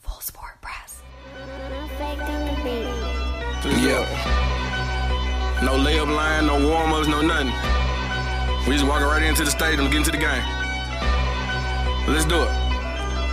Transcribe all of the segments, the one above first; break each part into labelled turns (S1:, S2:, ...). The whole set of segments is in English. S1: Full Sport Press.
S2: Yeah. No layup line, no warm ups, no nothing. We just walking right into the stadium, getting to the game. Let's do it.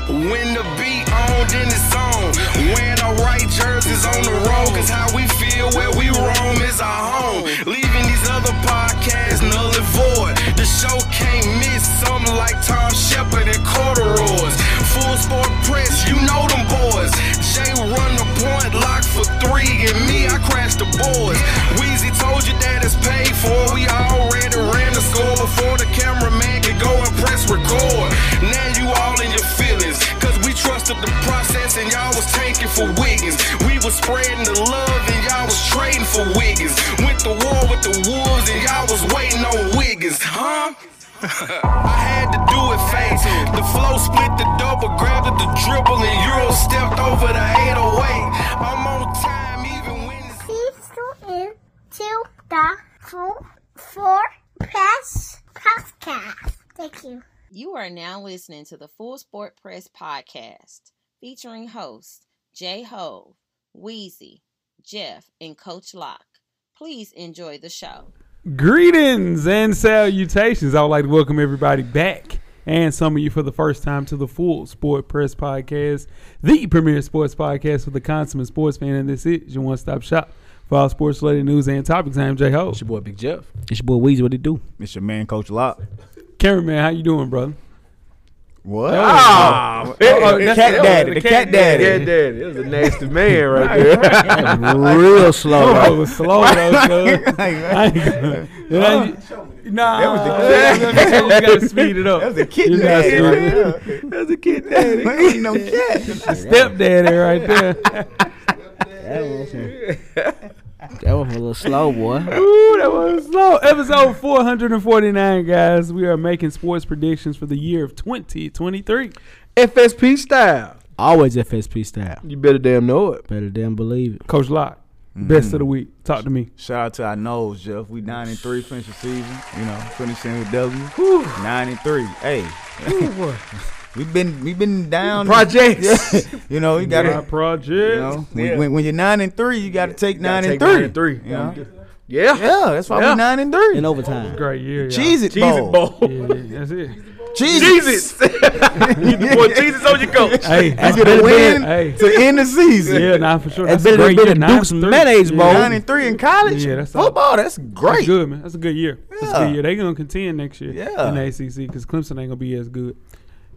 S2: When the beat on, then it's on. When the right jerseys on the road, cause how we feel where we roam is our home. Leaving these other podcasts null and void. The show can't miss something like Tom Shepard and corduroys. Full sport press, you know them boys. Jay run the point, lock for three, and me, I crash the boards. Wheezy told you that it's paid for. We already ran the score before the cameraman could go and press record. Now you all in your feelings, cause we trusted the process and y'all was tanking for Wiggins. We was spreading the love and y'all was trading for Wiggins. Went to war with the wolves and y'all was waiting on Wiggins, huh? I had to do it face. The flow split the double, grabbed at the dribble, and Euro stepped over the 808. I'm on time, even when it's
S3: Cecil into the full four press podcast. Thank you.
S4: You are now listening to the Full Sport Press podcast featuring hosts Jay Hove, Wheezy, Jeff, and Coach Locke. Please enjoy the show.
S5: Greetings and salutations. I would like to welcome everybody back and some of you for the first time to the Full Sport Press Podcast, the premier sports podcast for the consummate sports fan. And this is your one stop shop for all sports related news and topics. I am Jay Ho.
S6: It's your boy Big Jeff.
S7: It's your boy Weezy. What it do?
S8: It's your man, Coach Locke.
S5: Cameraman, how you doing, brother?
S8: What?
S5: Oh,
S8: the Ah, cat daddy. The cat
S6: Dead,
S8: daddy.
S6: dead. It was a nasty man right there.
S7: Real slow.
S5: Oh, it
S7: bro.
S5: was slow though, cuz. I ain't gonna- You know, you- Nah, that was the you gotta speed it up.
S8: That was a
S5: You
S8: kid
S5: gotta
S8: daddy.
S5: speed it up.
S8: Yeah. That was a kid daddy. ain't no cat.
S5: Stepdaddy right there.
S7: That was a little slow, boy.
S5: Ooh, that was slow. Episode 449, guys. We are making sports predictions for the year of 2023.
S6: FSP style.
S7: Always FSP style.
S6: You better damn know it.
S7: Better damn believe it.
S5: Coach Locke, best of the week. Talk to me.
S8: Shout out to our nose, Jeff. We nine and three finish the season. You know, finishing with W. Nine and three. Hey, we've been we've been down.
S6: Projects.
S8: You know, you
S5: My
S8: gotta.
S5: project.
S8: You know, when, when, when you're nine and three, you gotta take, nine,
S6: take
S8: and three.
S6: nine and three.
S8: You know?
S6: Yeah.
S8: Yeah, that's why
S6: Yeah.
S8: we nine and three.
S7: In overtime.
S5: Great year. y'all.
S8: Cheese it,
S6: Cheese it bowl.
S5: Yeah, yeah, that's it.
S8: Cheese
S6: Jesus. you boy Jesus on your coach.
S5: Hey,
S7: That's
S8: You
S7: better
S8: gotta win
S7: than
S5: Hey.
S8: to end the season.
S5: yeah, nah, for sure.
S7: that's
S5: a
S7: better than
S5: great year.
S7: being
S5: Nine
S7: Duke's
S5: and three.
S7: mayonnaise bowl.
S8: Nine and three in college.
S5: Yeah, that's all.
S8: football. That's
S5: That's
S8: great.
S5: good, man. That's a good year. That's a
S8: Yeah.
S5: good year. They're gonna contend next year
S8: Yeah.
S5: in the ACC because Clemson ain't gonna be as good.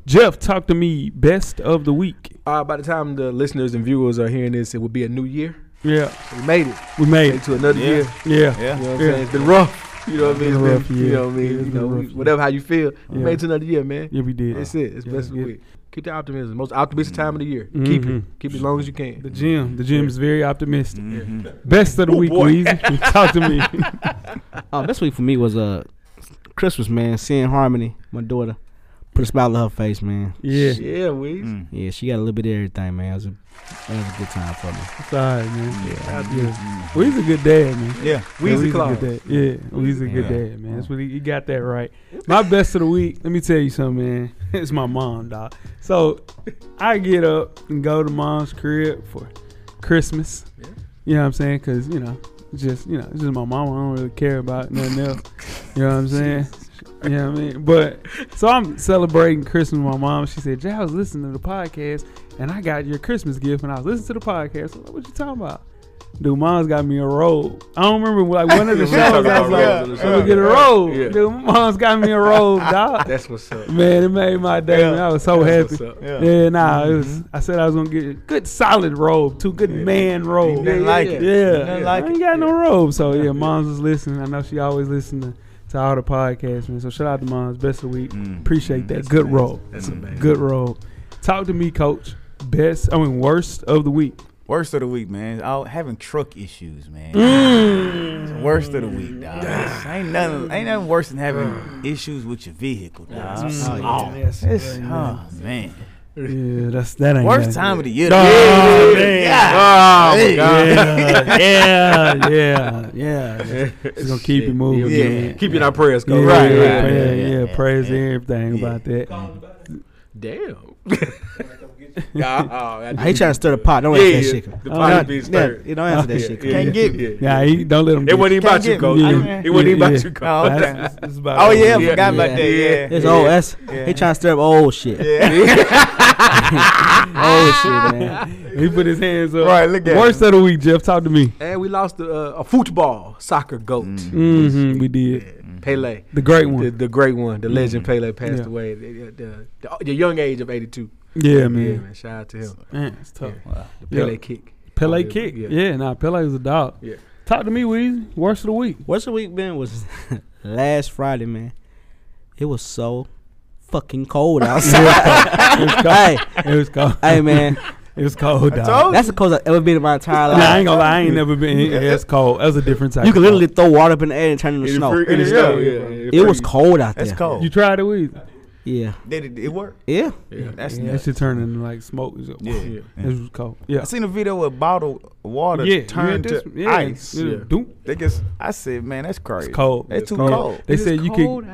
S5: Jeff, talk to me. Best of the week.
S6: Uh, by the time the listeners and viewers are hearing this, it will be a new year.
S5: Yeah,
S6: We made it.
S5: we made it.
S6: Into another
S8: Yeah.
S6: year.
S5: Yeah,
S8: Yeah.
S6: You know what I'm
S5: Yeah.
S6: saying? It's been rough. You know what I mean?
S5: Been
S6: It's
S5: rough
S6: been,
S5: year.
S6: you know what I mean?
S5: It's
S6: You
S5: been
S6: know,
S5: a rough
S6: we-
S5: year.
S6: whatever how you feel, we
S5: Yeah.
S6: made it to another year, man.
S5: yeah, we did.
S6: That's it. It's
S5: Yeah,
S6: best of
S5: we
S6: the
S5: did.
S6: week. Keep the optimism. Most optimistic time of the year. Keep
S5: Mhm.
S6: it. Keep it as long as you can.
S5: The gym. The gym is very optimistic. Best of the week,
S6: Mm-hmm. Oh, boy.
S5: Weezy. Talk to me.
S7: Oh, best week for me was uh Christmas, man. Seeing Harmony, my daughter, put a smile on her face, man.
S5: Yeah.
S6: Yeah, Weez.
S7: Yeah, she got a little bit of everything, man. It was a, it was a good time for me.
S5: It's all right, man. Yeah. Weezy a good dad, man.
S8: Yeah.
S5: Yeah,
S6: Weezy
S5: Weezy
S6: Claus.
S5: good dad. Yeah, Weezy a good
S8: Yeah.
S5: dad, man. That's what he, he got that right. My best of the week. Let me tell you something, man. It's my mom, dog. So I get up and go to mom's crib for Christmas. You know what I'm saying? Because you know, it's just you know, it's just my mama. I don't really care about nothing else. You know what I'm saying? You know what I mean? But so I'm celebrating Christmas with my mom. She said, Jay, I was listening to the podcast and I got your Christmas gift and I was listening to the podcast. I'm like, what you talking about? Dude, mom's got me a robe. I don't remember like one of the shows.
S6: We talking
S5: I
S6: about
S5: was like,
S6: robes on the
S5: I'm gonna
S6: show.
S5: get a robe.
S6: Yeah.
S5: Dude, mom's got me a robe, dog.
S6: That's what's up.
S5: Man, it made my day.
S8: Yeah.
S5: Man. I was so
S6: That's
S5: happy.
S6: what's up.
S8: Yeah. Mm-hmm.
S5: Yeah, nah, it was. I said I was gonna get a good solid robe, too. Good man robe.
S8: Nothing like it.
S5: Yeah,
S8: Nothing like
S5: I ain't
S8: it.
S5: got no robe. So yeah, mom's was listening. I know she always listens to, to all the podcasts, man. So shout out to mom's best of the week. Appreciate that. Good robe.
S6: That's amazing.
S5: Good robe. Talk to me, coach. Best, I mean, worst of the week.
S8: Worst of the week, man. I having truck issues, man. It's the worst of the week, dog. ain't nothing, ain't nothing worse than having issues with your vehicle, dog.
S7: Oh, yeah.
S8: It's, oh man,
S5: Yeah, that's that ain't
S8: worst
S5: nothing.
S8: time of the year.
S5: Oh,
S8: Yeah. Hey.
S5: Yeah, yeah, yeah, yeah. It's gonna keep you moving.
S8: Yeah.
S5: man.
S6: Keep you in our prayers,
S5: Yeah,
S6: coach.
S8: Right,
S5: yeah,
S8: right,
S5: yeah,
S8: yeah,
S5: yeah,
S8: yeah,
S5: praise
S8: yeah.
S5: everything
S8: Yeah.
S5: about that.
S6: Damn. I
S7: I ain't trying to stir the pot. Don't
S6: Yeah,
S7: answer that
S6: yeah.
S7: shit.
S6: The
S7: Don't-
S6: pot be
S7: yeah,
S6: stirred.
S7: you don't answer that shit.
S8: Can't get me.
S5: Yeah, he, don't let him.
S6: It wasn't even
S8: Can't
S6: about you,
S8: get-
S6: coach.
S8: I-
S6: It wasn't even
S5: Yeah.
S6: about you, coach.
S8: Oh, okay.
S5: That's- that's about
S8: Oh
S5: it.
S8: yeah, I forgot about that.
S6: Yeah.
S8: Yeah.
S7: It's old. That's he trying to stir up old shit. old shit, man.
S5: He put his hands up.
S8: Right, look at
S5: Worst of the week, Jeff. Talk to me.
S6: And we lost a, a football soccer goat,
S5: hmm we did
S6: Pele,
S5: the great
S6: the,
S5: one. Mm.
S6: the great one, the legend. Pele passed
S5: Yeah.
S6: away at the, the, the, the young age of 82.
S5: Yeah,
S6: Yeah,
S5: man.
S6: man. Shout out to him.
S5: Man, it's tough.
S6: The
S5: Yeah.
S6: Pele kick.
S5: Pele
S6: Yeah,
S5: kick.
S6: yeah.
S5: Yeah. nah, Pele was a dog.
S6: Yeah.
S5: Talk to me, Weezy. Worst of the week.
S7: What's the week been? Was last Friday, man. It was so fucking cold outside. hey,
S5: It was cold.
S7: hey, man.
S5: It was cold, dog.
S8: told
S7: That's the coldest I've ever been in my entire
S5: Nah, I ain't
S7: life.
S5: gonna lie. I ain't never been. Yeah, it's cold. That was a different type.
S7: You
S5: of
S7: can
S5: cold.
S7: literally throw water up in the air and turn into
S6: It
S7: snow.
S6: free- it is
S8: Yeah.
S6: snow, yeah,
S7: It was cold out there.
S8: That's cold.
S5: You tried it, Weezy.
S7: Yeah,
S8: Did it, it work?
S7: yeah.
S8: That's
S5: Yeah, that
S8: nuts.
S5: shit turned into like smoke. It
S8: Yeah.
S5: was, it was cold. Yeah.
S8: I seen a video with bottled water
S5: yeah,
S8: turned
S5: yeah,
S8: to
S5: that's- yeah,
S8: ice.
S5: Yeah.
S6: Yeah.
S5: Doom.
S8: They just, I said, man, that's crazy.
S5: It's cold.
S8: That's
S5: It's
S8: too
S5: cold.
S8: cold.
S5: They said you could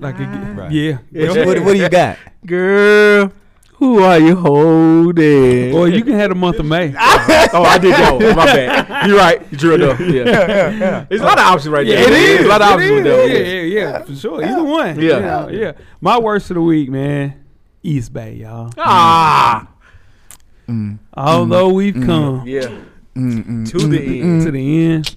S5: like it,
S8: Right.
S5: yeah.
S8: What, you- what, what do you got?
S7: Girl, who are you holding?
S5: Or you can have the month of May.
S6: Oh, I did go. My bad. You're right. You drilled up. Yeah. It's a lot of options right there. There's A lot of options with
S5: Yeah,
S6: that.
S5: yeah, yeah, for sure. Either one.
S6: Yeah.
S5: yeah, yeah. My worst of the week, man. East Bay, y'all.
S6: Ah.
S8: Mm.
S5: Although we've come
S6: Yeah. To the
S8: Mm-hmm.
S6: end.
S5: to the end,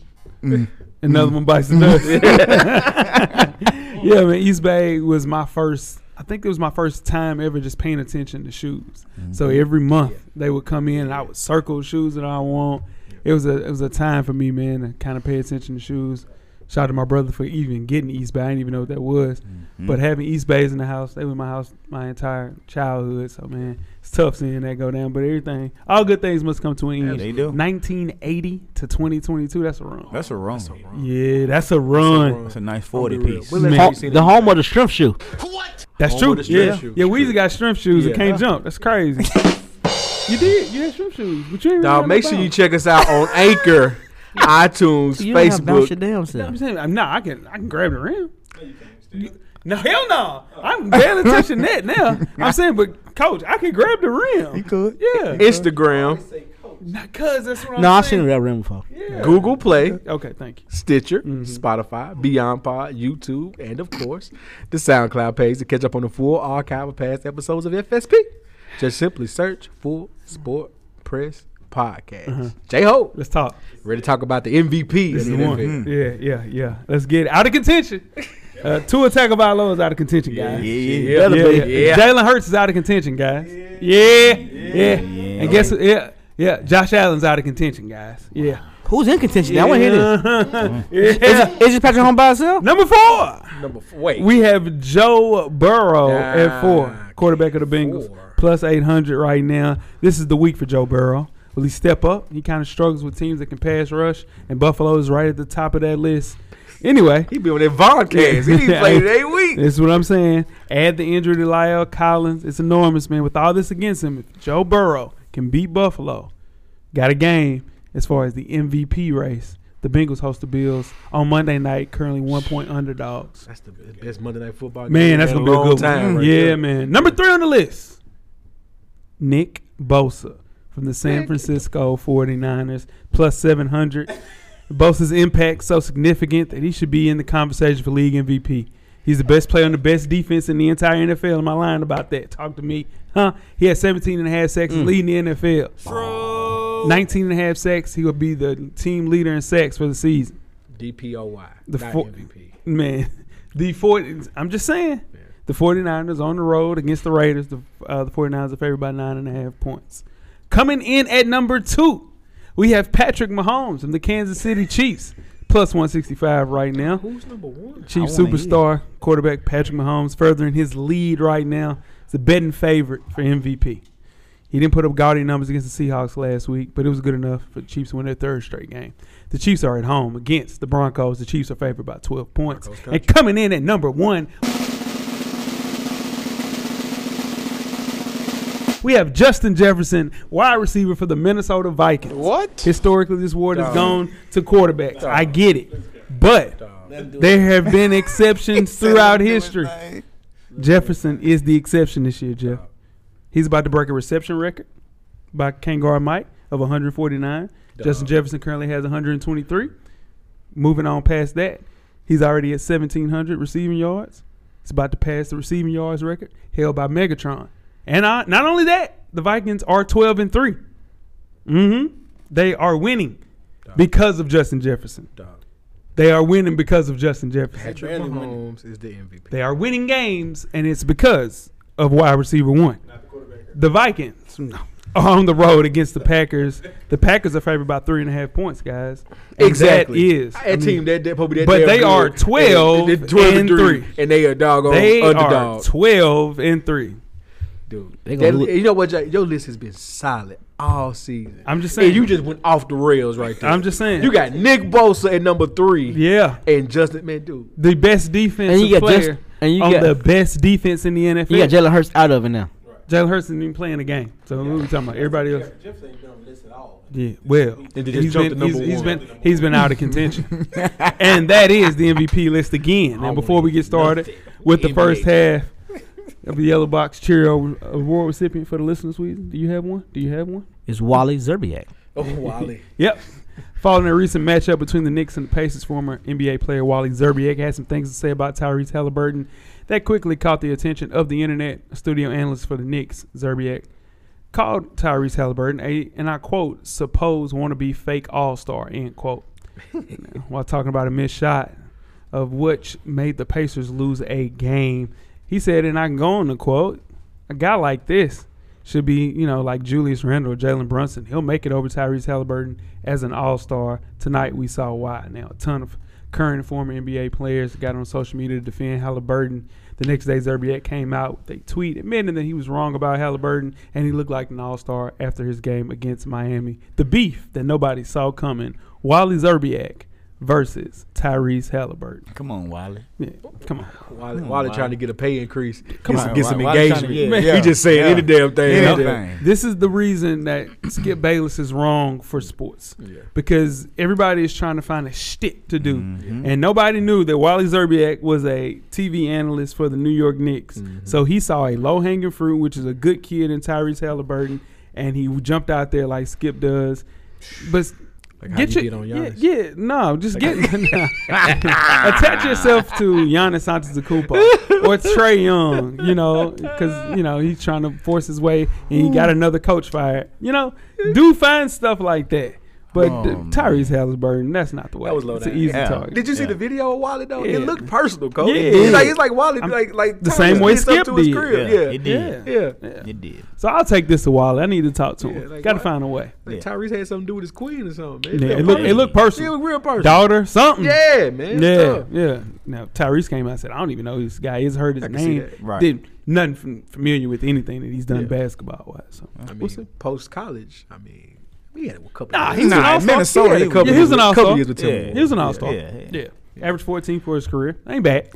S5: another one bites the dust.
S8: Mm-hmm.
S5: yeah, man. East Bay was my first. I think it was my first time ever just paying attention to shoes. So
S8: Mm-hmm.
S5: every month they would come in, and I would circle shoes that I want. It was a it was a time for me, man, to kind of pay attention to shoes. Shout out to my brother for even getting East Bay. I didn't even know what that was,
S8: Mm-hmm.
S5: but having East Bays in the house, they were in my house my entire childhood. So man, it's tough seeing that go down. But everything, all good things must come to an end.
S8: They do.
S5: 1980 to 2022. That's a run.
S8: That's a wrong.
S5: yeah, that's a run.
S8: That's a nice 40
S6: real.
S8: piece.
S6: We'll let
S5: Man.
S6: you
S7: Ho-
S6: see
S7: the
S6: that.
S7: home of the strength shoe.
S5: That's
S6: Oh,
S5: true.
S6: with the
S5: Yeah,
S6: strength shoes.
S5: yeah. Weezy got strength shoes and
S6: Yeah.
S5: can't jump. That's crazy. you did. You had strength shoes, but you ain't really
S6: Now,
S5: got
S6: Uh, make
S5: no
S6: sure you
S5: bounce.
S6: check us out on Anchor, iTunes,
S7: You don't have bounce
S6: Facebook.
S7: your damn
S5: I'm
S7: self.
S5: saying, I'm- nah, I can. I can grab the rim. You- No, hell no. I'm barely touching that now. I'm saying, but coach, I can grab the rim. You
S8: could.
S5: Yeah.
S6: Instagram,
S5: Not cause that's what I'm
S7: No, I've seen
S5: saying.
S7: a real rim before.
S6: Google Play,
S5: Okay, thank you.
S6: Stitcher, Spotify, Beyond Pod, YouTube, and of course, the SoundCloud page to catch up on the full archive of past episodes of FSP. Just simply search Full Sport Press Podcast. J Ho,
S5: Let's talk.
S6: ready to talk about the MVP.
S5: This
S6: of
S5: is
S6: the
S5: one.
S6: NFL.
S5: Yeah, yeah, yeah. Let's get it. out of contention. Uh, two attack of our is out of contention, guys.
S8: Yeah,
S5: Yeah,
S6: Better
S5: yeah.
S6: be. Yeah.
S5: Jalen Hurts is out of contention, guys. Yeah. Yeah. And guess what? Yeah. Yeah. Josh Allen's out of contention, guys. Yeah.
S7: Who's in contention? now? I want to hear this.
S5: yeah.
S7: Mm-hmm. Is, is it Patrick Home by himself?
S5: Number four,
S6: Number four. Wait.
S5: we have Joe Burrow at four,
S6: Ah,
S5: quarterback of the Bengals,
S6: four.
S5: plus 800 right now. This is the week for Joe Burrow. Will he step up? He kind of struggles with teams that can pass rush, and Buffalo is right at the top of that list. Anyway,
S6: he be on that Voncast. He didn't play today week.
S5: This is what I'm saying. Add the injury to Lyle Collins. It's enormous, man. With all this against him, if Joe Burrow can beat Buffalo, got a game as far as the MVP race. The Bengals host the Bills on Monday night, currently one point underdogs.
S6: That's the best Monday Night Football
S5: Man, that's gonna be a good one.
S6: right
S5: yeah,
S6: there.
S5: man. Number three on the list, Nick Bosa from the San Francisco 49ers, plus 700. Bosa's impact so significant that he should be in the conversation for league MVP. He's the best player on the best defense in the entire NFL. Am I lying about that? Talk to me. Huh? He had 17 and a half sacks leading the NFL. 19 and a half sacks. He will be the team leader in sacks for the season
S6: DPOY,
S5: The
S6: not
S5: four-
S6: MVP.
S5: man, the 40, I'm just saying, the 49ers on the road against the Raiders. The, uh, the 49ers are favored by nine and a half points. Coming in at number two, we have Patrick Mahomes from the Kansas City Chiefs, plus 165 right now.
S6: Who's number one?
S5: Chief
S8: I wanna hear.
S5: superstar quarterback Patrick Mahomes furthering his lead right now. It's a betting favorite for MVP. He didn't put up gaudy numbers against the Seahawks last week, but it was good enough for the Chiefs to win their third straight game. The Chiefs are at home against the Broncos. The Chiefs are favored by 12 points.
S6: Broncos
S5: And coming in at number one, we have Justin Jefferson, wide receiver for the Minnesota Vikings.
S9: What?
S5: Historically, this award has gone to quarterbacks. I get it. But there have been exceptions throughout history. Jefferson is the exception this year, Jeff. He's about to break a reception record by Kangar Mike of 149. Justin Jefferson currently has 123. Moving on past that, he's already at 1,700 receiving yards. He's about to pass the receiving yards record held by Megatron. And I, not only that, the Vikings are 12 and 3. Mm hmm. They are winning because of Justin Jefferson.
S6: Dog.
S5: They are winning because of Justin Jefferson.
S6: Patrick Mahomes is the MVP.
S5: They are winning games, and it's because of wide receiver one. The Vikings are on the road against the Packers. The Packers are favored by three and a half points, guys. And that
S6: Exactly.
S5: is.
S6: That
S5: I mean,
S6: team, that, that probably that
S5: but
S6: damn
S5: they
S6: good.
S5: are
S6: And
S5: 12
S6: they- they 12
S5: and three.
S6: and they are doggone
S5: they are
S6: underdog.
S5: 12 and three.
S6: dude.
S7: They gonna
S6: That-
S7: look-
S6: you know what? Jay? Your list has been solid all season.
S5: I'm just
S6: And
S5: saying.
S6: you just went off the rails right there.
S5: I'm just saying.
S6: You got Nick Bosa at number three.
S5: Yeah.
S6: And Justin, man, dude.
S5: The best defensive
S7: And you got
S5: player
S7: Justin- and you
S5: on
S7: got-
S5: the best defense in the NFL.
S7: You got Jalen Hurts out of it now.
S5: Jalen Hurts isn't even playing the game. So who we talking about? Everybody else. Yeah, well,
S6: they just
S5: he's
S6: jumped
S5: been,
S6: to
S5: he's,
S6: number
S5: he's
S6: one.
S5: been he's been out of contention, and that is the MVP list again. And before we get started with the first half of the Yellow Box Cheerio Award recipient for the listeners, we do you have one? Do you have one?
S7: It's Wally Zerbiak.
S6: Oh, Wally.
S5: Yep. Following a recent matchup between the Knicks and the Pacers, former NBA player Wally Zerbiak had some things to say about Tyrese Halliburton that quickly caught the attention of the internet. A studio analyst for the Knicks, Zerbiak, called Tyrese Halliburton a, and I quote, "supposed wannabe fake all star." End quote. While talking about a missed shot, of which made the Pacers lose a game, he said, and I can go on to quote, "A guy like this." should be, you know, like Julius Randle or Jalen Brunson. He'll make it over Tyrese Halliburton as an all star. Tonight we saw why. Now, a ton of current and former NBA players got on social media to defend Halliburton. The next day, Zerbiak came out with a tweet admitting that he was wrong about Halliburton and he looked like an all star after his game against Miami. The beef that nobody saw coming Wally Zerbiak versus Tyrese Halliburton.
S8: Come on, Wiley.
S5: Yeah, come on.
S6: Wally, Wally trying to get a pay increase.
S8: Come
S6: get some,
S8: on,
S6: get some
S8: Wally- Wally trying to-
S6: engagement.
S8: yeah,
S6: He
S8: yeah,
S6: just saying
S8: yeah.
S6: any damn thing.
S8: Yeah.
S6: out there.
S8: Anything.
S5: This is the reason that Skip Bayless is wrong for sports because everybody is trying to find a shtick to do, and nobody knew that Wally Zerbiak was a TV analyst for the New York Knicks.
S6: Mm-hmm.
S5: So he saw a low hanging fruit, which is a good kid in Tyrese Halliburton, and he jumped out there like Skip does. But
S6: Like how you did on
S5: yeah,
S6: Giannis.
S5: yeah, no, just get nah. attach yourself to Giannis Antetokounmpo or Trey Young, you know, because you know he's trying to force his way, and he got another coach fired. You know, do find stuff like that. But
S8: Oh,
S5: th-
S8: man.
S5: Tyrese Halliburton, that's not the way.
S6: That was low
S5: It's an
S6: down.
S5: easy
S8: Yeah.
S5: target.
S6: Did you see the video of Wally though?
S5: Yeah.
S6: It looked personal, Cole.
S5: Yeah.
S6: It's like it's like Wally,
S5: I'm-
S6: like like
S5: the
S6: Tyrese
S5: same way
S6: did something
S5: Skip
S6: to his
S5: did.
S6: crib.
S8: Yeah,
S6: Yeah,
S8: it
S5: yeah.
S8: did.
S6: yeah.
S8: It did.
S5: So I'll take this to Wally. I need to talk to him.
S6: Yeah, like,
S5: Got to
S6: why-
S5: find a way.
S6: Like
S8: Yeah.
S6: Tyrese had something to do with his queen or something.
S5: Yeah,
S6: felt
S5: it looked it
S6: personal.
S5: looked personal.
S6: It was real personal.
S5: Daughter, something.
S6: Yeah, man.
S5: Yeah,
S6: Tough.
S5: yeah. Now Tyrese came out and said, "I don't even know who this guy is. Heard his
S6: I can see
S5: name,
S6: that.
S8: Right.
S5: did nothing fam- familiar with anything that he's done
S6: Yeah.
S5: basketball wise." So
S6: I
S5: we'll see.
S6: mean, post college, I mean, we had a couple.
S5: Nah,
S6: years.
S5: he was Ah, an
S8: Nah,
S5: all-star.
S8: Minnesota,
S5: Yeah,
S8: he
S5: he,
S8: was- yeah, he
S5: was an
S6: couple
S5: all-star.
S6: years with Timberwolves.
S5: He was an all-star. Yeah,
S8: Yeah, yeah.
S5: average 14 for his career. Ain't bad. Ain't bad.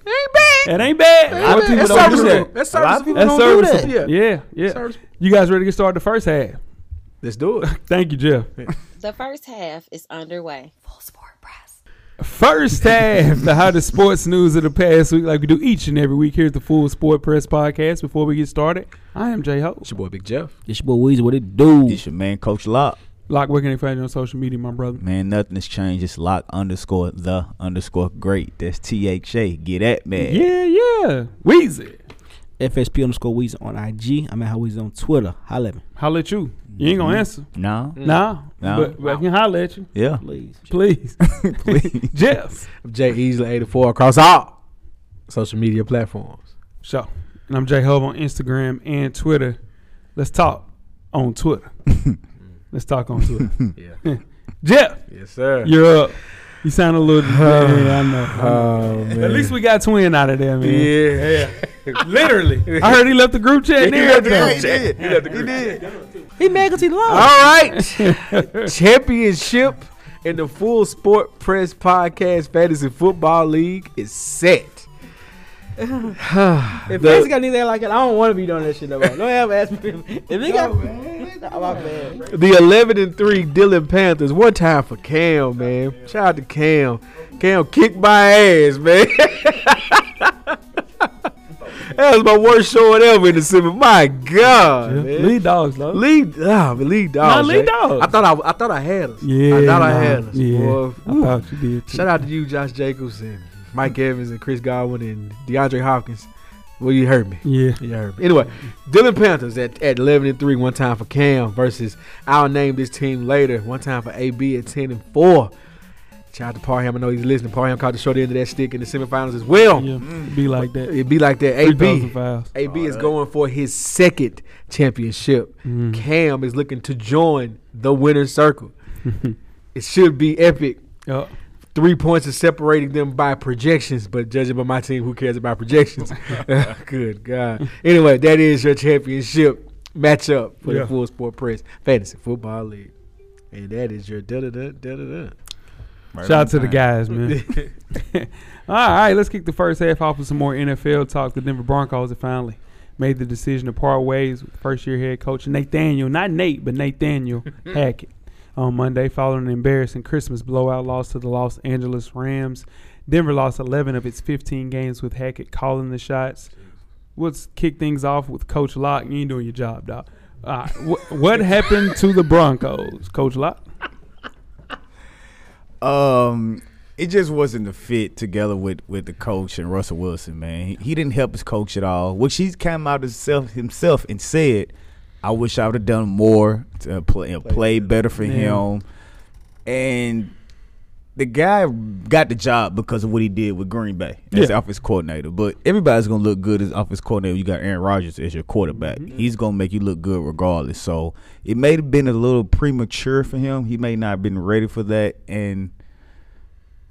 S5: It ain't bad. A lot of people
S6: That's
S5: don't do
S6: serviceable.
S5: that.
S6: That's
S8: A lot of
S6: serviceable.
S8: people
S5: That's
S6: Don't do that.
S5: serviceable. Yeah, yeah.
S6: Serviceable.
S5: You guys ready to get started? The first half.
S6: Let's do it.
S5: Thank you, Jeff.
S4: The first half is underway.
S1: Full Sport Press.
S5: First half, the hottest sports news of the past week, like we do each and every week here at the Full Sport Press Podcast. Before we get started, I am Jay Ho.
S6: It's your boy Big Jeff.
S7: It's your boy Weezy. What it do?
S8: It's your man, Coach Lock.
S5: Lock, where can they find you on social media, my brother?
S8: Man, nothing has changed. It's Lock underscore the underscore great. That's T H A. Get at man.
S5: Yeah, yeah. Weezy.
S7: FSP underscore Weezy on IG. I'm at How Weezy on Twitter. Holla at me.
S5: Holla at you. You ain't gonna answer.
S8: No.
S5: Nah.
S8: No.
S5: Mm. But, but I can holla at you.
S8: Yeah.
S7: Please.
S5: Please.
S8: Please.
S5: Jeff.
S6: I'm Jay Easley, 84 across all social media platforms.
S5: So, and I'm Jay Hub on Instagram and Twitter. Let's talk on Twitter. Let's talk on Twitter.
S6: Yeah.
S5: Jeff,
S6: yes, sir.
S5: you're up. You sound a little. yeah, I know. I know.
S6: Oh, man.
S5: At least we got twin out of there, man.
S6: Yeah.
S5: Literally. I heard he left the group chat. and
S6: You got the
S5: everything.
S6: group chat. You got the group chat.
S7: He mad 'cause he lost.
S6: All right. Championship in the Full Sport Press Podcast Fantasy Football League is set.
S7: If
S6: The-
S7: niggas got anything like that, I don't want to be doing that shit no more. Don't ever ask me. If they got, oh my man.
S6: The 11 and 3 Dillon Panthers. One time for Cam, man. Shout out to Cam. Cam kicked my ass, man. that was my worst showing ever in the semi. My God, man.
S5: Lead dogs, though.
S6: Lead, ah, but lead dogs.
S5: Nah, lead
S6: man.
S5: dogs.
S6: I thought I, I thought I had us.
S5: yeah,
S6: I thought I
S5: nah,
S6: had us.
S5: Yeah,
S6: boy.
S5: I
S6: Woo.
S5: thought you did. Too.
S6: Shout out to you, Josh Jacobs and Mike Evans and Chris Godwin and DeAndre Hopkins. Well, you heard me.
S5: Yeah,
S6: You heard me. Anyway, Dylan Panthers at, at 11 and 3, one time for Cam versus I'll name this team later, one time for AB at 10 and 4. Shout out to Parham. I know he's listening. Parham caught the short end of that stick in the semifinals as well.
S5: yeah. Be like that.
S6: It'd be like that.
S5: Three thousand
S6: AB.
S5: fouls.
S6: AB is going for his second championship. Cam is looking to join the winner's circle. it should be epic.
S5: Yup.
S6: Three points is separating them by projections, but judging by my team, who cares about projections? Good God. Anyway, that is your championship matchup for
S5: Yeah.
S6: the Full Sport Press Fantasy Football League. And that is your da da da da da da.
S5: Shout out to the guys, man. All right, let's kick the first half off with some more NFL talk. The Denver Broncos have finally made the decision to part ways with first-year head coach Nathaniel, not Nate, but Nathaniel Hackett, on Monday following an embarrassing Christmas blowout loss to the Los Angeles Rams. Denver lost 11 of its 15 games with Hackett calling the shots. Let's kick things off with Coach Locke. You ain't doing your job, dog. Uh, wh- what happened to the Broncos, Coach Locke?
S8: Um, it just wasn't a fit together with with the coach and Russell Wilson. Man, he, he didn't help his coach at all. Which he's came out himself himself and said, "I wish I would have done more to play play, better for
S5: Yeah.
S8: him." And the guy got the job because of what he did with Green Bay as the offense coordinator. But everybody's gonna look good as offense coordinator. You got Aaron Rodgers as your quarterback. He's gonna make you look good regardless. So it may have been a little premature for him. He may not have been ready for that. And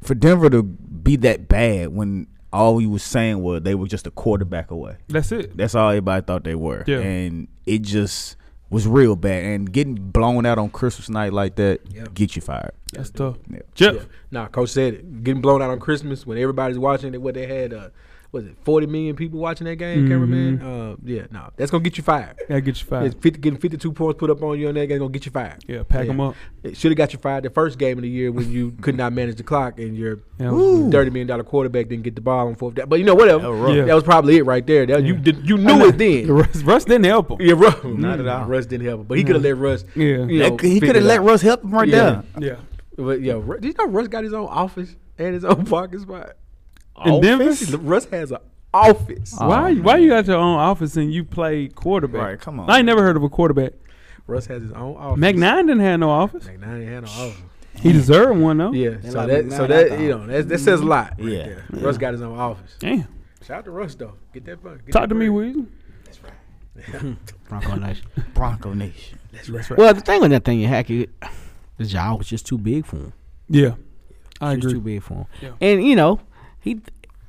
S8: for Denver to be that bad when all you was saying was they were just a quarterback away.
S5: That's it.
S8: That's all everybody thought they were.
S5: Yeah.
S8: And it just was real bad. And getting blown out on Christmas night like that get you fired.
S5: That's tough.
S8: Yeah.
S5: Jeff.
S6: Nah, Coach said it. Getting blown out on Christmas when everybody's watching it. What they had, uh, was it 40 million people watching that game, cameraman?
S5: Mm-hmm.
S6: Uh, yeah, no. that's going to get you fired.
S5: That gets you
S6: It's
S5: fired.
S6: 50, getting 52 points put up on you on that game going to get you fired.
S5: Yeah, pack them up.
S6: It should have got you fired the first game of the year when you could not manage the clock and your
S5: Yeah.
S6: thirty million dollar quarterback didn't get the ball on fourth down. But you know whatever,
S8: That was rough.
S5: Yeah.
S6: that was probably it right there. That, You did, you knew it then.
S5: Russ, Russ didn't help him.
S6: Yeah, Russ.
S8: Not at all.
S6: Russ didn't help him, but he could have let Russ.
S5: Yeah.
S6: you
S8: That-
S6: know,
S8: he could
S6: figure
S8: have
S6: it
S8: let
S6: out.
S8: Russ help him right
S6: Yeah.
S8: there.
S5: Yeah.
S6: But yeah, Ru- did you know Russ got his own office and his own parking spot?
S5: In Denver?
S6: Office? Russ has an office.
S5: Why? Why you got your own office and you play quarterback?
S8: Right, come on.
S5: I ain't never heard of a quarterback.
S6: Russ has his own office.
S5: McNine didn't have no office.
S6: McNair ain't had no office.
S5: He deserved one though.
S6: Yeah, so
S7: like
S6: that
S7: McNair
S6: so
S7: out
S6: that
S7: the
S6: you know that, that says a lot. right
S8: Yeah.
S6: there. Russ got his own office.
S5: Damn.
S6: Shout out to Russ though. Get that fun.
S5: Talk to me, Will.
S7: Bronco Nation.
S8: Bronco Nation.
S7: Well, the thing with that thing, Hackett, the job was just too big for him.
S5: Yeah. I
S7: Just too
S5: agree.
S7: big for him.
S5: Yeah.
S7: And you know, he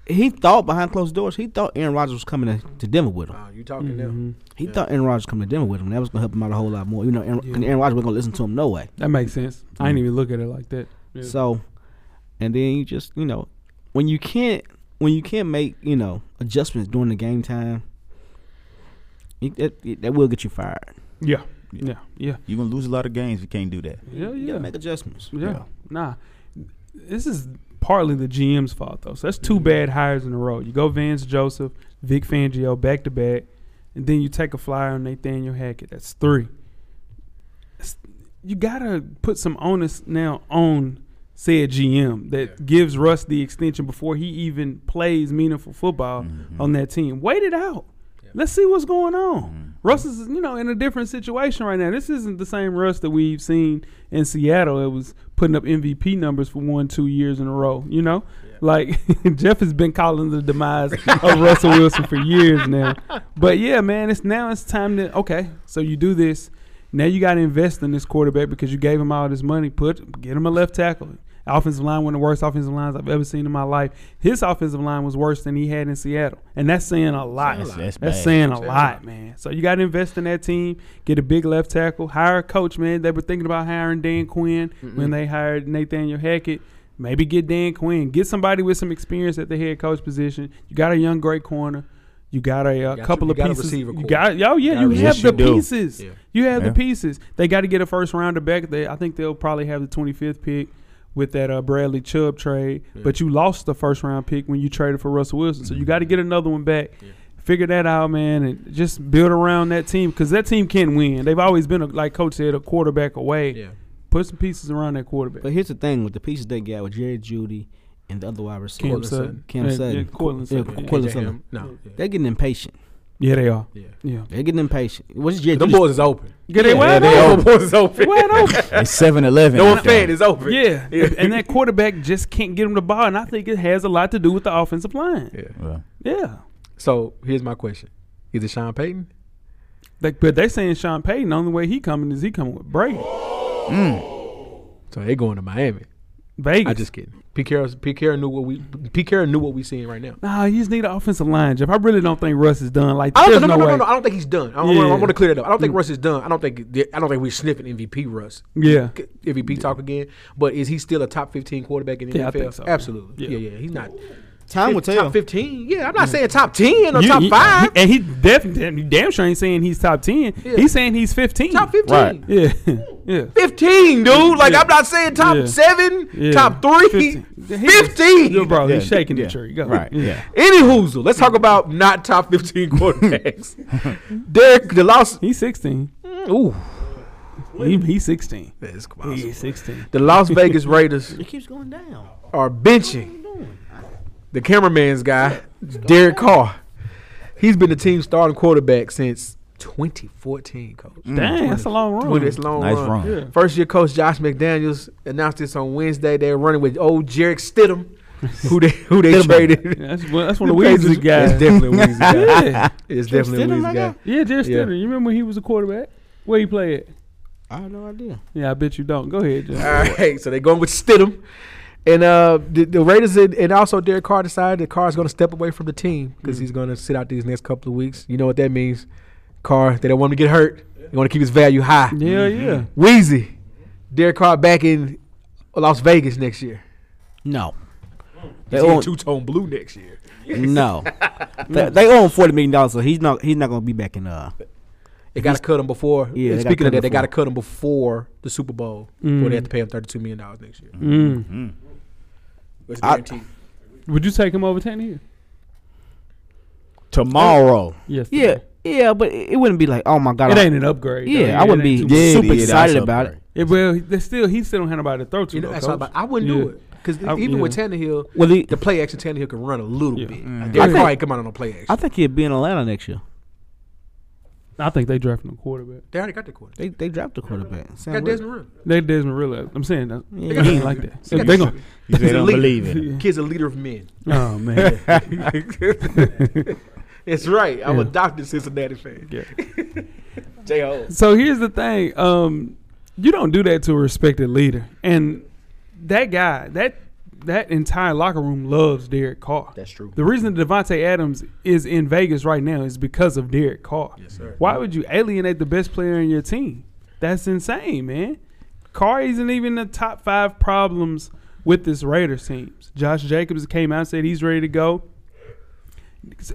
S7: he thought behind closed doors, he thought Aaron Rodgers was coming to, to Denver with him.
S6: Oh, you talking now?
S5: Mm-hmm.
S7: He thought Aaron Rodgers was coming to Denver with him. That was gonna help him out a whole lot more. You know, Aaron, and Aaron Rodgers wasn't gonna listen to him no way.
S5: That makes sense. I
S6: Mm.
S5: ain't even look at it like that. Yeah.
S7: So, and then you just you know, when you can't when you can't make you know adjustments during the game time, it, it, it- that will get you fired.
S5: Yeah. Yeah. Yeah.
S8: You're gonna lose a lot of games if you can't do that.
S5: Yeah.
S7: You
S5: Yeah.
S7: gotta make adjustments.
S5: Yeah. Nah. This is partly the GM's fault though. So that's two bad hires in a row. You go Vance Joseph, Vic Fangio back to back, and then you take a flyer on Nathaniel Hackett. That's three. It's- You gotta put some onus now on said GM that gives Russ the extension before he even plays meaningful football on that team. Wait it out. Let's see what's going on. Russ is, you know, in a different situation right now. This isn't the same Russ that we've seen in Seattle. It was putting up MVP numbers for one, two years in a row. You know, like Jeff has been calling the demise of Russell Wilson for years now. But yeah, man, it's now it's time to okay. So you do this. Now you got to invest in this quarterback because you gave him all this money. Put get him a left tackle. Offensive line, one of the worst offensive lines I've ever seen in my life. His offensive line was worse than he had in Seattle, and that's saying a lot.
S8: That's- that's bad.
S5: saying a lot, man. So you got to invest in that team. Get a big left tackle. Hire a coach, man. They were thinking about hiring Dan Quinn when they hired Nathaniel Hackett. Maybe get Dan Quinn. Get somebody with some experience at the head coach position. You got a young great corner. You got a, uh,
S6: got
S5: couple
S6: you
S5: of
S6: got a
S5: pieces.
S6: receiver
S5: you
S6: core.
S5: got oh yeah,
S6: Got
S5: you
S6: a-
S5: have
S8: yes,
S5: the
S8: you do.
S5: pieces. You have
S8: Yeah.
S5: the pieces. They got to get a first rounder back. They, I think they'll probably have the 25th pick with that uh, Bradley Chubb trade. But you lost the first round pick when you traded for Russell Wilson,
S7: Mm-hmm.
S5: so you got to get another one back. Figure that out, man, and just build around that team because that team can win. They've always been, a, like Coach said, a quarterback away.
S6: Yeah.
S5: Put some pieces around that quarterback.
S7: But here's the thing with the pieces they got with Jerry Judy and the other wide receiver,
S5: Cam Sutton.
S7: Cam
S5: Yeah,
S7: Sutton.
S5: yeah, Cortland
S7: Yeah,
S5: Sutton.
S7: Cortland
S6: KJ
S7: Sutton.
S6: Ham- No. Yeah.
S7: They're getting impatient.
S5: Yeah, they are.
S6: Yeah.
S5: yeah.
S7: They're getting impatient. What's Jerry
S6: Them
S7: Judy's
S6: boys is open.
S5: Get it wide
S6: Them
S5: open.
S6: boys is open.
S5: Wide open.
S8: It's 7 Eleven.
S6: No fan is open.
S5: Yeah. and that quarterback just can't get him the ball, and I think it has a lot to do with the offensive line.
S6: Yeah.
S5: Yeah.
S6: So here's my question: Is it Sean Payton?
S5: They, but they saying Sean Payton. The only way he coming is he coming with Brady,
S6: So they going to Miami.
S5: Vegas.
S6: I just kidding. Pete Carroll, Pete Carroll knew what we Pete Carroll knew what we seeing right now.
S5: nah, you just need an offensive line, Jeff. I really don't think Russ is done. Like,
S6: I
S5: there's
S6: don't, no, no, Mm.
S5: no,
S6: no,
S5: way.
S6: no, no, I don't think he's done. I,
S5: Yeah.
S6: want to clear that up. I don't think Russ is done. I don't think I don't think we're sniffing MVP Russ.
S5: Yeah.
S6: MVP talk again. But is he still a top fifteen quarterback in the
S5: Yeah, I
S6: NFL?
S5: think so.
S6: Absolutely.
S5: Yeah.
S6: Yeah. yeah, He's not
S7: time will
S6: top
S7: tell.
S6: fifteen. Yeah, I'm not saying top ten or
S5: You-
S6: top
S5: you-
S6: five.
S5: he- and he definitely damn sure ain't saying he's top ten.
S6: Yeah.
S5: He's saying he's fifteen.
S6: top fifteen.
S8: Right.
S5: Yeah, yeah.
S6: 15, dude. Like, I'm not saying top
S5: Yeah.
S6: seven,
S5: Yeah.
S6: top three,
S5: 15.
S6: 15.
S5: He- Yo, bro, he's shaking
S8: yeah.
S5: the tree. Go.
S8: Right. Yeah.
S6: Any hoozle. Let's talk about not top 15 quarterbacks. Derek, the Los.
S5: He's sixteen.
S6: Ooh.
S5: He, he's sixteen.
S6: That's
S5: He's
S6: possible.
S5: sixteen.
S6: The Las Vegas Raiders
S7: It keeps going down.
S6: are benching the cameraman's guy, Derek Carr. He's been the team's starting quarterback since 2014, coach.
S5: Dang, that's a long run.
S6: With this long
S8: Mm. Nice
S6: run.
S8: run.
S5: Yeah.
S6: First year coach Josh McDaniels announced this on Wednesday. They're running with old Jarek Stidham, who they who they traded.
S5: Yeah, that's, one- that's one of the
S6: The Patriots-
S5: Weezy guys.
S6: It's definitely a Weezy guy.
S5: yeah,
S6: It's definitely a
S7: Stidham
S6: Weezy
S7: like
S6: guy.
S7: that?
S5: yeah. Jerry
S6: Yeah.
S5: Stidham. You remember when he was a quarterback? Where he played?
S7: I have no idea.
S5: Yeah, I bet you don't. Go ahead, Jeff.
S6: All right, so they're going with Stidham. And uh, the, the Raiders and, and also Derek Carr decided that Carr's going to step away from the team because
S7: Mm.
S6: he's going to sit out these next couple of weeks. You know what that means. Carr, they don't want him to get hurt. They want to keep his value high.
S5: Yeah, yeah.
S6: Weezy, Derek Carr back in Las Vegas next year.
S7: No. They
S6: He's in
S7: own,
S6: two-tone blue next year.
S7: no. they, they owe him forty million dollars, so he's not he's not gonna be back in uh
S6: They got to cut him before.
S7: Yeah,
S6: and
S7: they gotta
S6: speaking
S7: cut
S6: of
S7: him
S6: that, they got to
S7: before. Mm.
S6: cut him before the Super Bowl, before they have to pay him thirty-two million dollars next year.
S5: Mm.
S6: It's
S8: I-
S6: guaranteed.
S5: Mm-hmm. Would you take him over Tannehill?
S8: Tomorrow.
S5: Yes.
S7: Yeah, yeah, but it it wouldn't be like, oh my god.
S5: It
S7: I-
S5: ain't an upgrade. though.
S7: Yeah, I wouldn't
S5: it ain't
S7: be-
S5: too-
S7: Super excited about it.
S5: Yeah, well, they still he still don't have nobody to throw to.
S6: You know,
S5: though,
S6: that's all
S5: coach.
S6: about- I wouldn't do
S5: Yeah.
S6: it because
S5: I-
S6: even with
S5: yeah.
S6: Tannehill,
S7: Well, he,
S6: the play action Tannehill can run a little
S5: Yeah. Mm-hmm.
S6: bit.
S8: Mm.
S6: Derek
S7: I
S6: Carr
S7: think-
S6: ain't come out on no play action.
S7: I think he'd be in Atlanta next year.
S5: I think they drafting a quarterback.
S6: they already got the quarterback.
S7: They they dropped the quarterback. Sam
S6: They got
S7: Wilson.
S6: Desmond Ridder.
S5: They Desmond realize. I'm saying that.
S7: Yeah.
S5: He ain't like that.
S6: They got
S5: They
S6: Desmond
S5: gon-
S8: You say
S6: He's a
S8: don't
S6: leader.
S8: believe in it.
S6: Kid's a leader of men.
S5: oh man.
S6: That's right. I'm a
S5: Yeah.
S6: adopted Cincinnati fan.
S5: Yeah.
S6: J Ho.
S5: So here's the thing. Um, you don't do that to a respected leader, and that guy, that that entire locker room loves Derek Carr.
S6: That's true.
S5: The reason Devontae Adams is in Vegas right now is because of Derek Carr.
S6: Yes, sir.
S5: Why would you alienate the best player in your team? That's insane, man. Carr isn't even the top five problems with this Raiders teams. Josh Jacobs came out and said he's ready to go.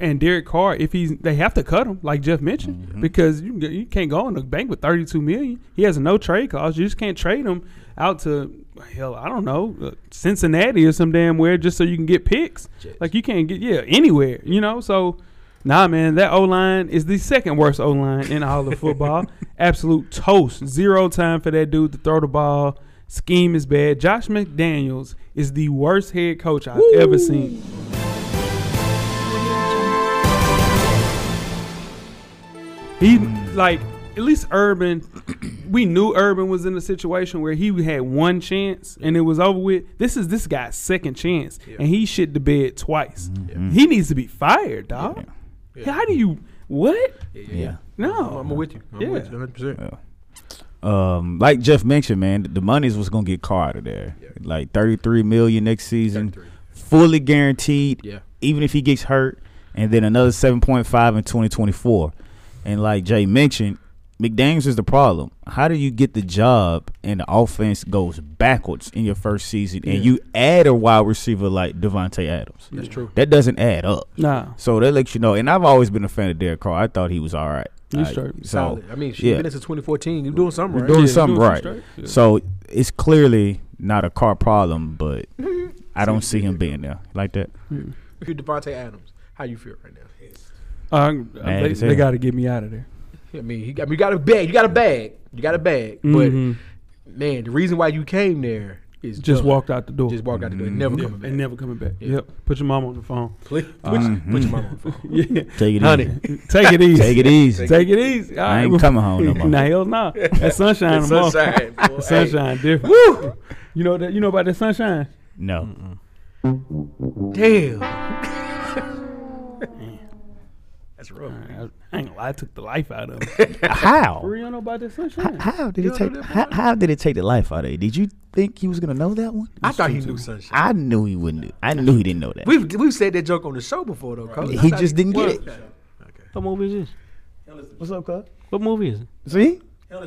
S5: And Derek Carr, if he's, they have to cut him, like Jeff mentioned, because you, you can't go in the bank with thirty two million. He has a no trade clause. You just can't trade him out to hell. I don't know uh, Cincinnati or some damn where just so you can get picks. Like you can't get yeah anywhere, you know. So Nah, man, that O line is the second worst O line in all of football. Absolute toast. Zero time for that dude to throw the ball. Scheme is bad. Josh McDaniels is the worst head coach I've ever seen. He like at least Urban. We knew Urban was in a situation where he had one chance and it was over with. This is this guy's second chance, and he shit the bed twice.
S8: Mm-hmm.
S5: He needs to be fired, dog. How do you what?
S8: Yeah.
S5: No,
S6: I'm with you. I'm
S5: Yeah.
S6: with you 100%.
S8: Yeah. Um, like Jeff mentioned, man, the money is what's gonna get Carr out of there. Like thirty three million next season, fully guaranteed.
S6: Yeah.
S8: Even if he gets hurt, and then another seven point five in twenty twenty four. And like Jay mentioned, McDaniels is the problem. How do you get the job and the offense goes backwards in your first season, and you add a wide receiver like Devontae Adams?
S6: That's true.
S8: That doesn't add up.
S5: Nah.
S8: So that lets you know. And I've always been a fan of Derek Carr. I thought he was all right.
S5: He's
S8: Like,
S5: straight.
S8: So
S6: Solid. I mean, shit,
S8: yeah.
S6: been there since 2014. You're doing something right.
S8: doing
S5: Yeah,
S8: something
S5: doing
S8: right.
S5: something straight. Yeah.
S8: So it's clearly not a car problem, but I don't see him being there like that.
S6: If you're Devontae Adams, how you feel right now?
S5: Uh,
S8: Mad
S5: they
S8: as hell.
S5: got to get me out of there.
S6: I mean, he got, you got a bag. You got a bag. You got a bag.
S5: Mhm.
S6: But man, the reason why you came there is
S5: Just
S6: done.
S5: walked out the door. Mm-hmm.
S6: Just walk out the door. Never coming back.
S5: and never coming back. Yep. Put your mom on the phone.
S6: Please, put,
S8: Mm-hmm.
S6: put your mama on the phone.
S5: Yeah.
S8: Take it
S6: Honey,
S8: easy.
S5: Take it easy.
S8: Take it easy.
S5: Take it easy. All
S8: I ain't
S5: right.
S8: coming home no more.
S5: Nah, hell no. That sunshine tomorrow.
S6: sunshine, boy.
S5: sunshine different. Woo! You know that you know about that sunshine?
S8: No.
S6: Damn. That's rough.
S5: I, I ain't gonna lie, I took the life out of it.
S8: How?
S5: Where you know about that sunshine?
S8: How did
S6: You
S8: it
S6: don't know
S8: take?
S6: that
S8: How, how did it take the life out of you? Did you think he was gonna know that one?
S6: I thought he knew sunshine.
S8: I knew he wouldn't. Do, I knew he didn't know that.
S6: We've we've said that joke on the show before though. Coach. I
S8: He
S6: thought
S8: just didn't get it.
S7: What movie is
S8: What's up, cuz?
S7: this? What movie is it?
S8: See?
S5: Yeah,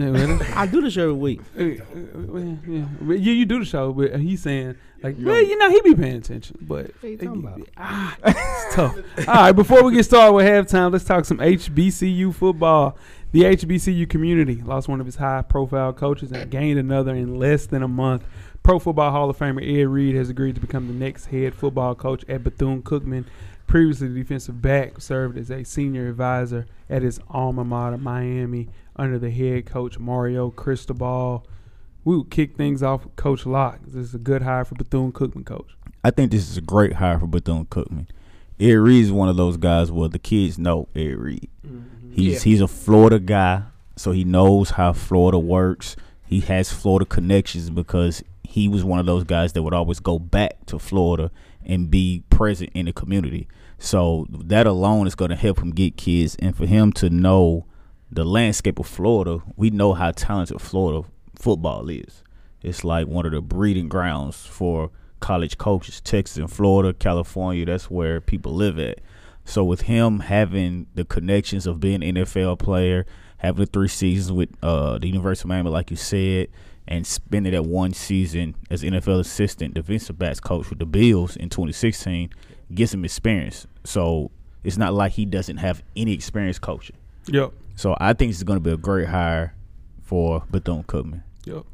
S5: well, that-
S7: I do this every week.
S5: uh, well, yeah, yeah. Well, you, you do the show, but he's saying like, well, you know, he be paying attention, but ah, it's tough. All right, before we get started with halftime, let's talk some HBCU football. The HBCU community lost one of its high-profile coaches and gained another in less than a month. Pro Football Hall of Famer Ed Reed has agreed to become the next head football coach at Bethune Cookman. Previously, the defensive back served as a senior advisor at his alma mater, Miami, under the head coach Mario Cristobal. We would kick things off with Coach Locke. This is a good hire for Bethune Cookman coach.
S8: I think this is a great hire for Bethune Cookman. Ed Reed is one of those guys where the kids know Ed Reed. He's he's a Florida guy, so he knows how Florida works. He has Florida connections because he was one of those guys that would always go back to Florida and be present in the community. So that alone is going to help him get kids, and for him to know the landscape of Florida, we know how talented Florida football is. It's like one of the breeding grounds for college coaches. Texas and Florida, California, that's where people live at. So with him having the connections of being an NFL player, having the three seasons with uh, the University of Miami, like you said, and spending that one season as NFL assistant defensive backs coach with the Bills in 2016 gets him experience. So it's not like he doesn't have any experience coaching.
S5: Yep.
S8: So I think it's going to be a great hire for Bethune Cookman.
S5: Yep.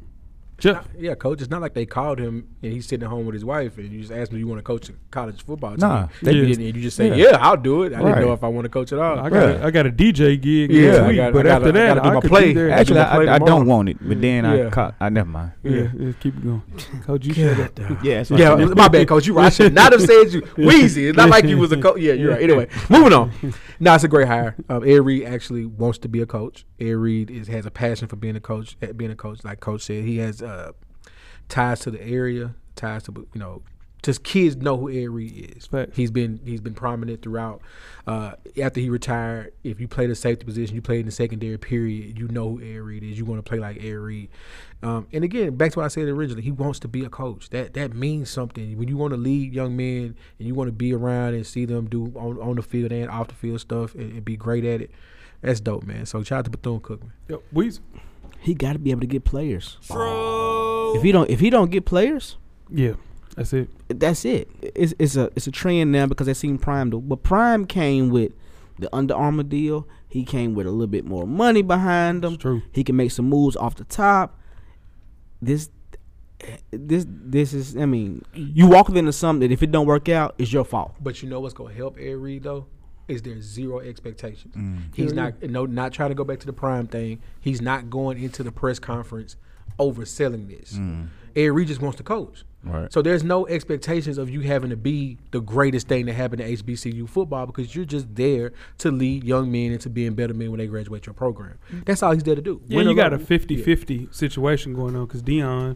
S5: Jeff.
S6: Yeah, coach. It's not like they called him and he's sitting at home with his wife, and you just asked him, "You want to coach a college football team?"
S8: Nah,
S6: they
S8: they
S6: you,
S8: just-
S6: and you just say,
S8: yeah.
S6: "Yeah, I'll do it." I
S8: Right.
S6: didn't know if I want to coach at all.
S5: I got,
S8: Bruh.
S5: a, I got a DJ gig
S6: Yeah,
S5: next
S6: I
S5: week,
S6: gotta-
S5: but
S6: I
S5: after
S6: gotta- I
S5: that,
S6: gotta
S5: I,
S6: do my
S5: could
S6: play.
S5: be there.
S6: Actually,
S8: Actually,
S6: gonna play
S8: I, I
S6: tomorrow.
S8: don't want it, but then
S6: Yeah.
S8: I caught. I never mind.
S5: yeah, yeah, keep it going. Coach, you shut up.
S8: Yeah, that's
S6: Yeah, my bad, coach. You right. I should not have said you Wheezy. It's not like you was a coach. Yeah, you're right. Anyway, moving on. No, it's a great hire. Um, Ed Reed actually wants to be a coach. Ed Reed is, has a passion for being a coach. At being a coach, like Coach said, he has uh, ties to the area, ties to you know, just kids know who Ed Reed is.
S5: Facts.
S6: He's been he's been prominent throughout. Uh, after he retired, if you play the safety position, you played in the secondary period. You know who Ed Reed is. You want to play like Ed Reed. Um, and again, back to what I said originally, he wants to be a coach. That that means something. When you want to lead young men and you want to be around and see them do on, on the field and off the field stuff and, and be great at it, that's dope, man. So shout out to Bethune Cookman.
S5: Yep, Weez.
S7: He got to be able to get players. If he don't, if he don't get players,
S5: Yeah, that's it.
S7: that's it. It's it's a it's a trend now because they seen Prime do. But Prime came with the Under Armour deal. He came with a little bit more money behind him.
S5: It's true.
S7: He can make some moves off the top. This this this is I mean, you walk into something that if it don't work out, it's your fault.
S6: But you know what's gonna help Ed Reed though is there's zero expectations. He's not no not trying to go back to the prime thing. He's not going into the press conference overselling this. Ed Reed just wants to coach.
S8: Right.
S6: So there's no expectations of you having to be the greatest thing that happened to HBCU football because you're just there to lead young men into being better men when they graduate your program. That's all he's there to do.
S5: Yeah,
S6: Win or
S5: you got a
S6: lose.
S5: 50
S6: Yeah.
S5: 50 situation going on because Dion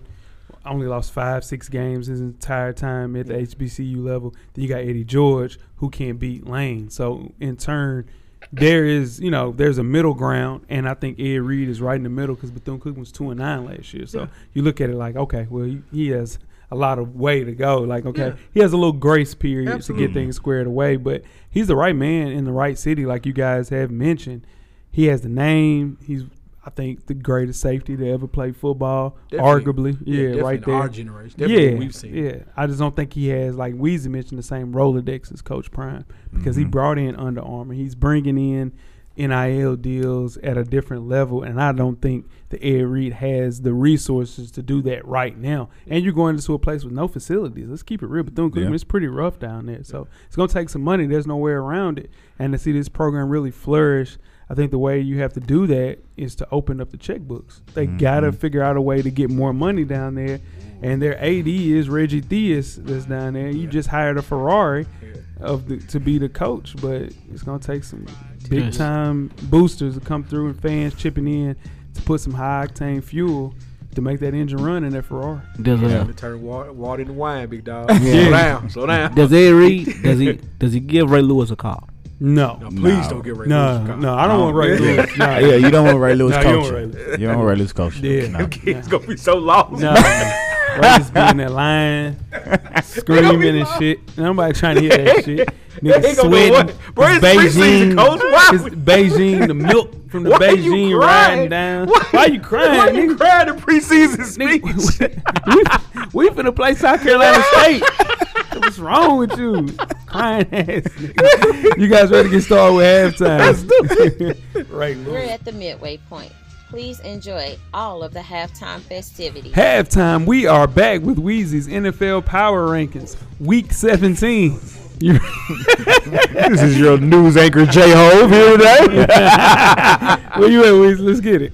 S5: only lost five, six games his entire time at the HBCU level. Then you got Eddie George, who can't beat Lane. So, in turn, there is, you know, there's a middle ground, and I think Ed Reed is right in the middle because Bethune Cookman was two and nine last year. So you look at it like, okay, well, he- he has a lot of way to go. Like, okay,
S6: Yeah.
S5: he has a little grace period to
S6: Absolutely.
S5: get things squared away, but he's the right man in the right city, like you guys have mentioned. He has the name. He's, I think, the greatest safety to ever play football,
S6: Definitely.
S5: arguably. Yeah,
S6: definitely
S5: right there.
S6: Our generation. Definitely
S5: yeah,
S6: what we've seen.
S5: Yeah, I just don't think he has like Weezy mentioned the same Rolodex as Coach Prime because he brought in Under Armour. He's bringing in NIL deals at a different level, and I don't think the Ed Reed has the resources to do that right now. And you're going into a place with no facilities. Let's keep it real, Bethune Cookman.
S8: Yeah.
S5: It's pretty rough down there, so it's going to take some money. There's no way around it. And to see this program really flourish. I think the way you have to do that is to open up the checkbooks. They
S6: Mm-hmm.
S5: gotta figure out a way to get more money down there, and their AD is Reggie Theus that's down there. You just hired a Ferrari of the, to be the coach, but it's gonna take some big
S9: Yes.
S5: time boosters to come through and fans chipping in to put some high octane fuel to make that engine run in that Ferrari.
S9: Does
S6: Time
S9: uh,
S6: to turn water, water into wine, big dog.
S5: Yeah.
S6: Slow down. Slow down.
S7: Does Ed Reed does he does he give Ray Lewis a call?
S5: No,
S6: No,
S5: no,
S6: please don't get ready.
S5: no, I don't want Ray Lewis. No,
S8: yeah, you don't want Ray Lewis
S5: No, you don't want Ray
S8: coaching.
S5: Lewis.
S8: You don't want Ray Lewis coaching.
S5: Yeah.
S8: No.
S6: It's gonna be so long.
S5: No. Right, just be in that line, screaming and shit. Nobody trying to hear that shit. Niggas
S6: gonna be
S5: sweating.
S6: what? Bro, it's preseason, coach. Why
S5: it's
S6: would-
S5: Beijing, the milk from the
S6: Why you
S5: Beijing
S6: crying?
S5: riding down.
S6: Why-
S5: Why, you crying?
S6: Why you
S5: nigga?
S6: crying in preseason speech?
S5: Nigga, we, we finna play South Carolina State. What's wrong with you? Crying ass. nigga. You guys ready to get started with halftime? right,
S4: We're
S5: Lewis.
S4: at the midway point. Please enjoy all of the halftime festivities.
S5: Halftime, we are back with Weezy's NFL Power Rankings, Week 17. You-
S8: This is your news anchor J Hove here today.
S5: Where you at, Weezy? Let's get it.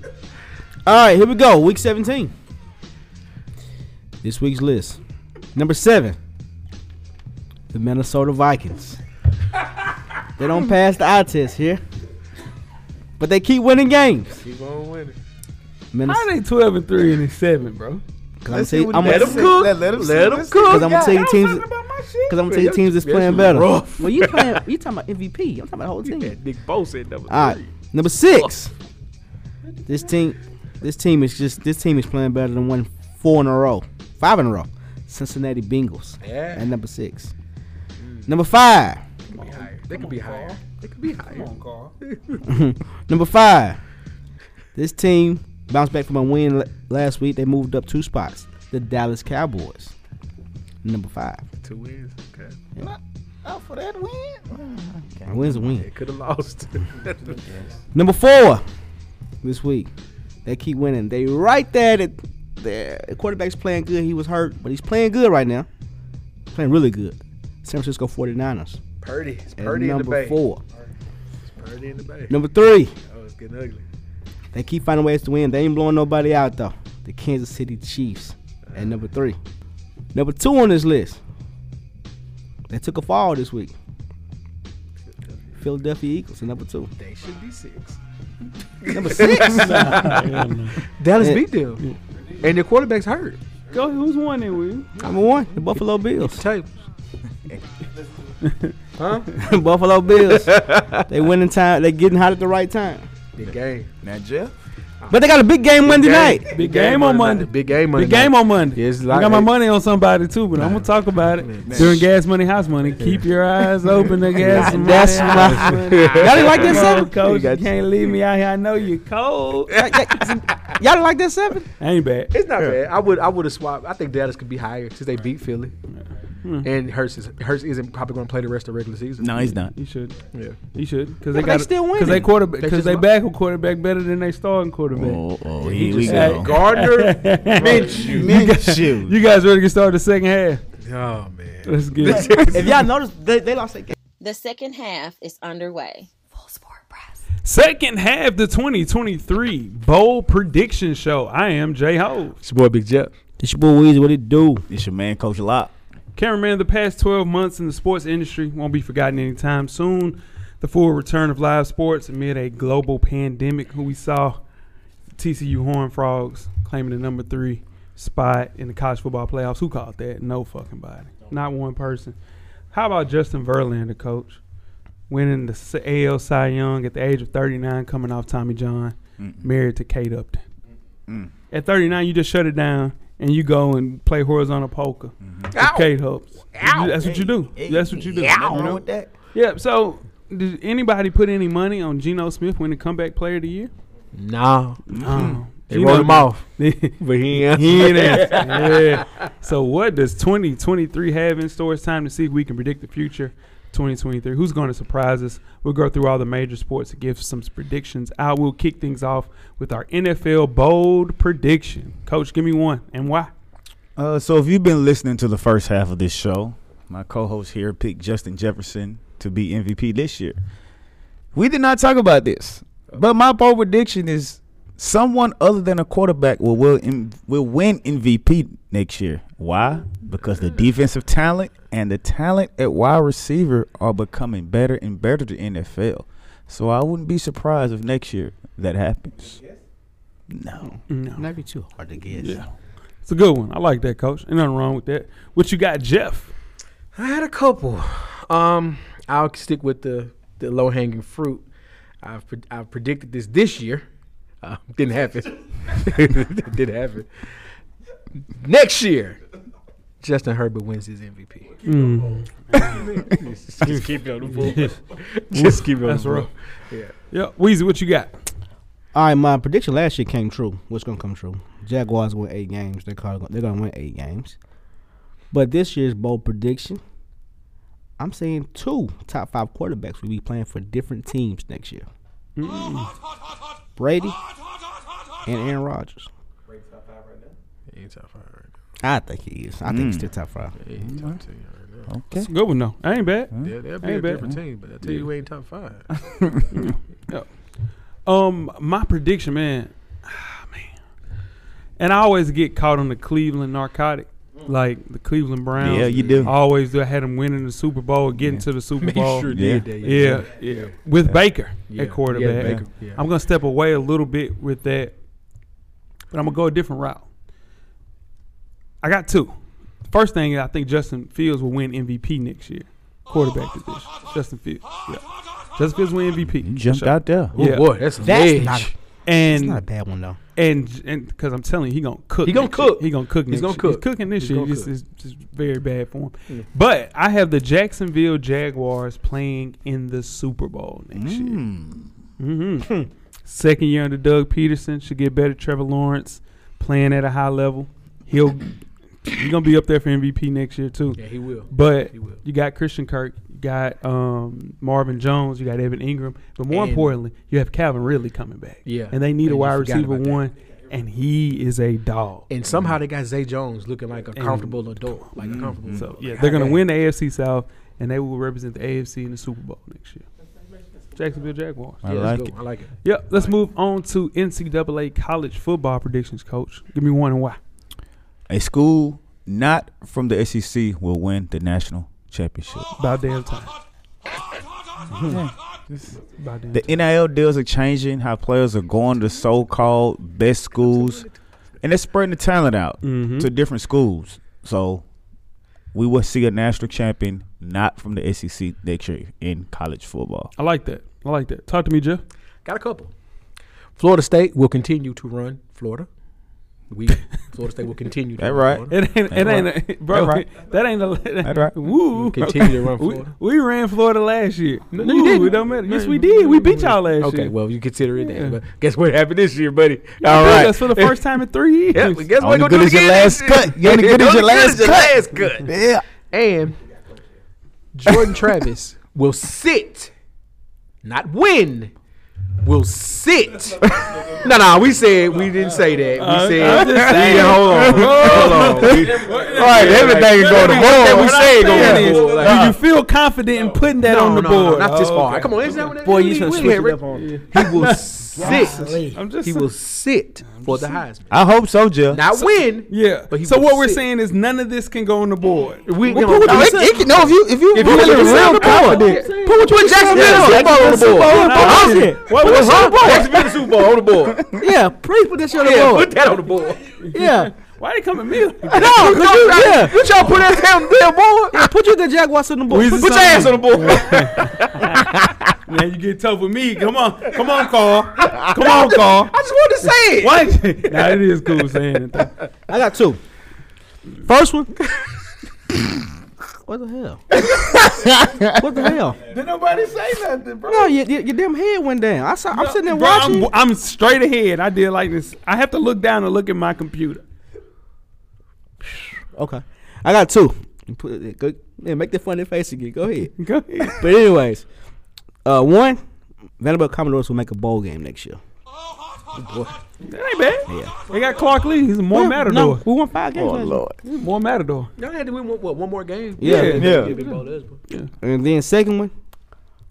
S7: All right, here we go. Week 17. This week's list. Number seven, the Minnesota Vikings. they don't pass the eye test here, but they keep winning games.
S6: Keep on winning.
S5: How
S7: Minnesota.
S5: they 12 and 3 and it's 7, bro?
S7: I'm gonna
S6: Let him
S7: tell
S6: cook. Let him cook.
S7: because I'm gonna tell you teams.
S5: talking about my shit.
S7: Because I'm gonna tell you teams that's
S6: That's
S7: playing better.
S6: rough.
S7: Well, you playing? You talking about MVP? I'm talking about the whole
S6: Yeah,
S7: team.
S6: Nick Bosa at number
S7: All right,
S6: three.
S7: number six. This team, this team is just this team is playing better than one four in a row, five in a row. Cincinnati Bengals
S6: Yeah.
S7: at number six. Number five,
S6: They could be higher. They could be higher. They could be higher.
S7: number five. This team bounced back from a win l- last week. They moved up two spots. The Dallas Cowboys, number five.
S6: Two wins. Okay.
S8: for that win.
S7: A win's a win.
S6: They could have lost.
S7: Number four this week. They keep winning. They right there that the quarterback's playing good. He was hurt, but he's playing good right now. Playing really good. San Francisco 49ers.
S6: Purdy. It's
S7: at
S6: Purdy in the
S7: number
S6: bay.
S7: four.
S6: It's Purdy in the bay.
S7: Number three.
S6: Oh, it's getting ugly.
S7: They keep finding ways to win. They ain't blowing nobody out though. The Kansas City Chiefs at number three. Number two on this list. They took a fall this week. Philadelphia Eagles at number two.
S6: They should be six.
S7: Number six.
S6: Dallas
S7: Yeah.
S6: beat them. And their quarterback's hurt.
S5: Go, who's one then, Will?
S7: number one. The Buffalo Bills.
S6: Tables. huh?
S7: Buffalo Bills. they winning time. They getting hot at the right time.
S6: Big game.
S8: Now Jeff,
S7: But they got a big game Monday night.
S5: Big game on Monday.
S6: Big game Monday.
S5: Big game
S6: night.
S5: on Monday.
S6: Yeah, it's
S5: I
S6: like-
S5: got my money on somebody too, but I'm gonna talk about it during gas money, house money. Keep your eyes open to gas money.
S7: That's
S5: house
S7: my-
S5: money.
S7: Y'all didn't like that
S5: Come on,
S7: seven?
S5: coach.
S6: You
S5: You
S6: got-
S5: can't leave me out here. I know you're cold.
S7: Y'all didn't like that seven?
S5: Ain't bad.
S6: It's not bad. I would I would have swapped. I think Dallas could be higher since they beat Philly. And Hurst is Hurst isn't probably going to play the rest of the regular season.
S8: no, he's not.
S5: You should.
S6: Yeah.
S5: You should. Because they
S7: Yeah, but
S5: got
S7: they still
S5: Because they
S7: winning.
S5: quarterback.
S6: They
S5: Because
S6: just
S5: they
S6: lost.
S5: backup quarterback better than they starting quarterback.
S8: Oh, oh, here we
S5: just
S8: go.
S5: said-
S6: Gardner
S8: Minshew.
S5: You guys ready to get started the second half?
S6: Oh man.
S5: Let's get it.
S7: If y'all noticed, they, they lost that game.
S4: The second half is underway.
S1: Full Sport Press.
S5: second half the 2023 bowl prediction show. I am J Ho.
S6: It's your boy Big Jeff.
S7: This your boy Weezy. What it do?
S8: It's your man, Coach Lock.
S5: Cameraman, the past 12 months in the sports industry won't be forgotten anytime soon. The full return of live sports amid a global pandemic, who we saw TCU Horn Frogs claiming the number three spot in the college football playoffs. Who called that? No fucking body. Not one person. How about Justin Verlander, coach? winning the S- AL Cy Young at the age of 39, coming off Tommy John, married to Kate Upton. At 39, you just shut it down and you go and play horizontal poker with Kate Hubs. That's what you do. That's what you do. You know?
S8: that.
S5: Yeah. So, did anybody put any money on Geno Smith winning comeback player of the year?
S6: Nah.
S5: Oh,
S6: They wrote him off.
S5: off.
S6: But he ain't.
S5: He ain't answer. yeah. So what does 2023 have in store? It's time to see if we can predict the future. 2023. Who's going to surprise us? We'll go through all the major sports and give some predictions. I will kick things off with our NFL bold prediction. Coach, give me one and why.
S8: Uh, so if you've been listening to the first half of this show, my co-host here picked Justin Jefferson to be MVP this year. We did not talk about this, but my bold prediction is someone other than a quarterback will will, M- will win MVP next year. Why? Because the defensive talent and the talent at wide receiver are becoming better and better to NFL. So I wouldn't be surprised if next year that happens. No.
S7: That'd be too hard to guess.
S5: It's a good one. I like that, Coach. Ain't nothing wrong with that. What you got, Jeff?
S6: I had a couple. Um, I'll stick with the, the low hanging fruit. I've pre- I've predicted this this year. Uh, didn't happen. didn't happen. Next year, Justin Herbert wins his MVP. Just keep it on the ball. Just keep it on
S5: That's
S6: the ball.
S5: rough. Yeah, Weezy, what you got?
S7: All right, my prediction last year came true. What's gonna come true? Jaguars win eight games. They're gonna, they're gonna win eight games. But this year's bold prediction, I'm saying two top five quarterbacks will be playing for different teams next year. Brady and Aaron Rodgers. I think he is. I think he's still top five.
S5: It's a good one though. I ain't bad.
S9: Yeah, that'd be
S5: Ain't
S9: a
S5: bad.
S9: different team, but I tell you, we ain't top five.
S5: Um, my prediction, man. Ah, man. And I always get caught on the Cleveland narcotic,
S6: Mm.
S5: like the Cleveland Browns.
S8: Yeah, you do.
S5: I always do. I had them winning the Super Bowl, getting to the Super Bowl.
S6: Sure
S8: Yeah.
S6: did that.
S5: yeah, yeah, With Baker at quarterback.
S6: Baker, yeah.
S5: I'm gonna step away a little bit with that, but I'm gonna go a different route. I got two. First thing, I think Justin Fields will win MVP next year, quarterback position. Justin Fields. Yeah. Justin Fields win MVP.
S8: You jumped out there.
S6: Oh
S5: Yeah.
S6: boy, that's,
S7: That's
S6: that's
S7: not a-
S5: And
S7: It's not a bad one though.
S5: and and because I'm telling you, he gonna cook.
S6: He gonna
S5: next year.
S6: cook.
S5: He gonna cook. next
S6: He's gonna
S5: year.
S6: cook.
S5: He's cooking this
S6: He's
S5: year.
S6: gonna
S5: It's,
S6: cook.
S5: it's just very bad for him. But I have the Jacksonville Jaguars playing in the Super Bowl next
S6: Mm.
S5: year. hmm Second year under Doug Peterson should get better. Trevor Lawrence playing at a high level. He'll he's gonna be up there for MVP next year too.
S6: Yeah, he will.
S5: But
S6: He will.
S5: you got Christian Kirk, you got um, Marvin Jones, you got Evan Ingram, but more
S6: And-
S5: importantly, you have Calvin Ridley coming back.
S6: Yeah.
S5: and they need a
S6: And you
S5: wide
S6: forgot
S5: receiver
S6: about that.
S5: one, and he is a dog.
S6: And somehow they got Zay Jones looking like a comfortable adult, like a comfortable.
S5: So
S6: adult.
S5: yeah,
S6: Like,
S5: they're gonna
S6: hey,
S5: win the AFC South, and they will represent the AFC in the Super Bowl next year. Jacksonville Jaguars.
S8: I
S6: yeah,
S8: like
S6: let's go.
S8: it.
S6: I like it.
S5: Yep. Let's move on to NCAA college football predictions, Coach. Give me one and why.
S8: A school not from the SEC will win the national championship.
S5: About damn time. About damn
S8: The NIL deals are changing. How players are going to so-called best schools, and they're spreading the talent out
S5: Mm-hmm.
S8: to different schools. So we will see a national champion not from the SEC next year in college football.
S5: I like that. I like that. Talk to me, Jeff.
S6: Got a couple. Florida State will continue to run Florida. We Florida State will continue to
S8: That
S6: run
S8: right.
S6: Florida.
S5: It ain't, it ain't, a- bro.
S8: That right.
S5: That ain't a. That
S8: right.
S5: Woo.
S6: Continue to run
S5: We,
S6: Florida.
S5: we ran Florida last year. No,
S6: you didn't.
S5: It don't matter. Yes, we did. We beat y'all last
S6: Okay,
S5: year.
S6: well you consider it that. But guess what happened this year, buddy?
S5: All
S6: All
S5: right.
S6: right.
S5: That's for the first time in three years.
S6: yeah, but guess
S8: Only
S6: what? Gonna
S8: good
S6: do it
S8: is your
S6: again
S8: last
S6: this year.
S8: cut. You only good is your last
S6: last cut. Yeah. And Jordan Travis will sit, not win. Will sit. no, no, we said we didn't say that. We said we, hold on, hold on. We,
S8: Right, everything is going to
S6: board.
S8: We say
S5: Saying is,
S6: Well, like-
S5: do you feel confident in putting that on the board?
S6: not this
S5: Oh,
S6: far.
S5: okay.
S6: Come on, is that what
S7: Boy,
S6: that-
S7: you should
S6: we
S7: switch
S6: had
S7: it
S6: re-
S7: up on.
S6: He will sit.
S5: I'm just.
S6: He will sit for the Heisman.
S8: I hope so, Jeff.
S6: Not win.
S5: Yeah.
S6: But he
S5: so
S6: will
S5: what we're
S6: sit.
S5: saying is none of this can go on the board.
S6: We
S5: Well,
S6: gonna-
S5: put what
S6: No,
S5: you
S6: it-
S5: said.
S8: If you know if you if you
S6: If you
S8: really
S6: really
S8: real
S6: sound
S8: confident,
S6: confident,
S8: put what
S6: Jacksonville Super Bowl on the board.
S8: on the board.
S6: What was Jacksonville Super Bowl on the board?
S7: Yeah, please put this shit on the
S6: Yeah,
S7: board.
S6: put that on the board.
S7: Yeah.
S5: Why they come at me?
S7: No, no, yeah.
S6: You trying to put that damn damn board?
S7: Yeah, Put you the Jaguars on the board.
S5: Weezy
S7: Put-
S6: Put your ass on the board.
S5: now you get tough with me. Come on, come on, Carl. Come on, Carl.
S6: I just wanted to say it.
S5: What? now it is cool saying it. though.
S7: I got two. First one. what the hell? what the hell?
S9: Did nobody say nothing, bro?
S7: No, your, your, your damn head went down. I saw. I'm sitting there
S5: Bro,
S7: watching.
S5: I'm, I'm straight ahead. I did like this. I have to look down and look at my computer.
S7: okay, I got two. You Put it, go, yeah, make the funny face again. Go ahead.
S5: Go ahead.
S7: But anyways, uh, one Vanderbilt Commodores will make a bowl game next year.
S5: That ain't bad. They got Clark Lee. He's more
S7: Yeah,
S5: matador.
S7: No, we won five games.
S8: Oh
S7: last year.
S8: lord.
S5: He's more matador.
S6: Y'all had to win what, what, one more game?
S7: Yeah.
S8: Yeah.
S6: Big ball is, bro.
S7: And then second one,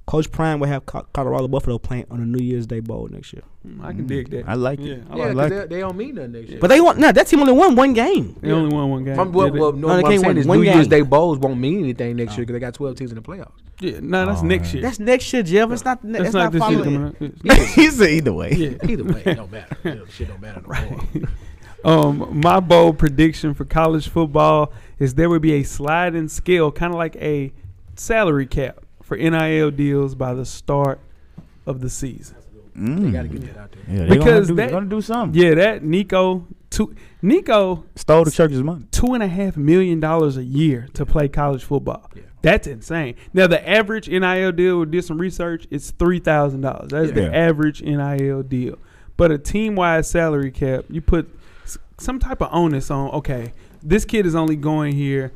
S7: Coach Prime will have Co- Colorado Buffalo playing on a New Year's Day bowl next year.
S5: I can dig that.
S8: I like
S5: yeah,
S8: it.
S5: I
S6: Yeah,
S5: like
S6: 'cause
S8: like
S6: they, they don't mean nothing next year.
S7: But they won. No, that team only won one game.
S5: They only won one game.
S6: From what,
S5: Did it?
S6: what, no,
S7: No, they
S6: what I'm
S7: can't
S6: saying
S7: win
S6: is
S7: one
S6: New Year's
S7: game.
S6: Day bowls won't mean anything next year because they got 12 teams in the playoffs.
S5: Yeah, no, that's
S8: Oh,
S5: next
S8: man.
S5: year.
S7: That's next year, Jeff. It's not.
S5: That's
S7: it's not,
S5: this year
S7: following.
S5: coming up. Yeah.
S8: he said either way.
S6: Either way, it don't matter. You know, shit don't matter no more.
S5: Um, my bold prediction for college football is there would be a sliding scale, kind of like a salary cap for NIL deals by the start of the season.
S6: They got to get that out there.
S8: Yeah, they
S5: Because
S8: because gonna do,
S5: that-
S8: they gonna do something.
S5: Yeah, that Nico two Nico
S8: Stole the church's money.
S5: two and a half million dollars a year to play college football. That's insane. Now the average NIL deal we did some research, it's three thousand dollars. That's
S8: Yeah.
S5: the average NIL deal. But a team wide salary cap, you put s- some type of onus on, okay, this kid is only going here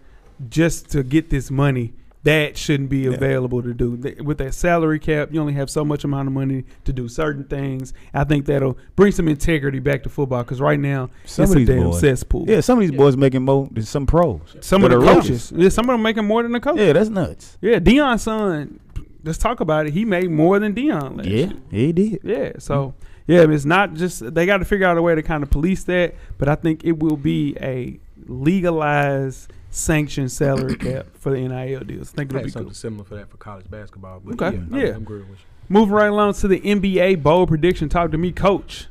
S5: just to get this money. That shouldn't be available to do. Th- With that salary cap, you only have so much amount of money to do certain things. I think that'll bring some integrity back to football because right now it's a damn cesspool.
S8: Yeah, some of these boys making more than some pros.
S5: Some of
S8: That
S5: the
S8: are rookies.
S5: coaches. Yeah, some of them making more than the coach. Yeah,
S8: Yeah, that's nuts.
S5: Dion's son. Let's talk about it. He made more than Dion last
S8: Yeah,
S5: year.
S8: he did.
S5: Yeah. So yeah, it's not just they got to figure out a way to kind of police that, but I think it will be a legalized sanctioned salary cap for the NIL deals. I think it'll
S6: I had
S5: be
S6: something
S5: good.
S6: similar for that for college basketball. But
S5: Okay,
S6: yeah, I'm-
S5: yeah.
S6: I'm agreeing with you.
S5: Moving right along to the NBA bold prediction. Talk to me, coach.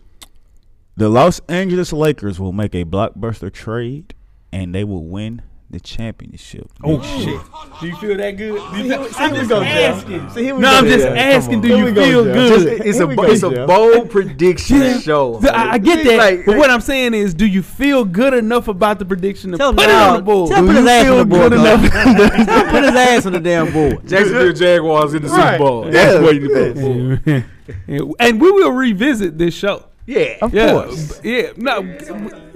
S8: The Los Angeles Lakers will make a blockbuster trade, and they will win the championship.
S5: Oh shit! Do you feel that good? Do you feel- I'm just
S6: go, Jeff.
S5: asking.
S6: See, here we
S5: No,
S6: go,
S5: I'm just
S6: Jeff. Come
S5: asking.
S6: on.
S5: Do
S6: Here
S5: you
S6: we go,
S5: feel
S6: Jeff.
S5: good?
S6: Just- it's a, bo- it's a bold prediction show.
S5: So I, I get
S6: It's
S5: that,
S6: like-
S5: but what I'm saying is, do you feel good enough about the prediction to
S7: Tell him
S5: put it
S7: now.
S5: on the board?
S7: Tell him
S5: Do
S7: put his
S5: you
S7: ass on
S5: feel
S7: the board,
S5: good
S7: dog.
S5: enough?
S7: Stop putting his ass on the damn board.
S6: Jacksonville Jaguars in the Super Bowl.
S8: Yeah.
S6: That's what you put for.
S5: and and we will revisit this show.
S6: Yeah.
S8: Of
S5: Yeah,
S8: course.
S5: b- yeah. No,
S7: No, no, no, no,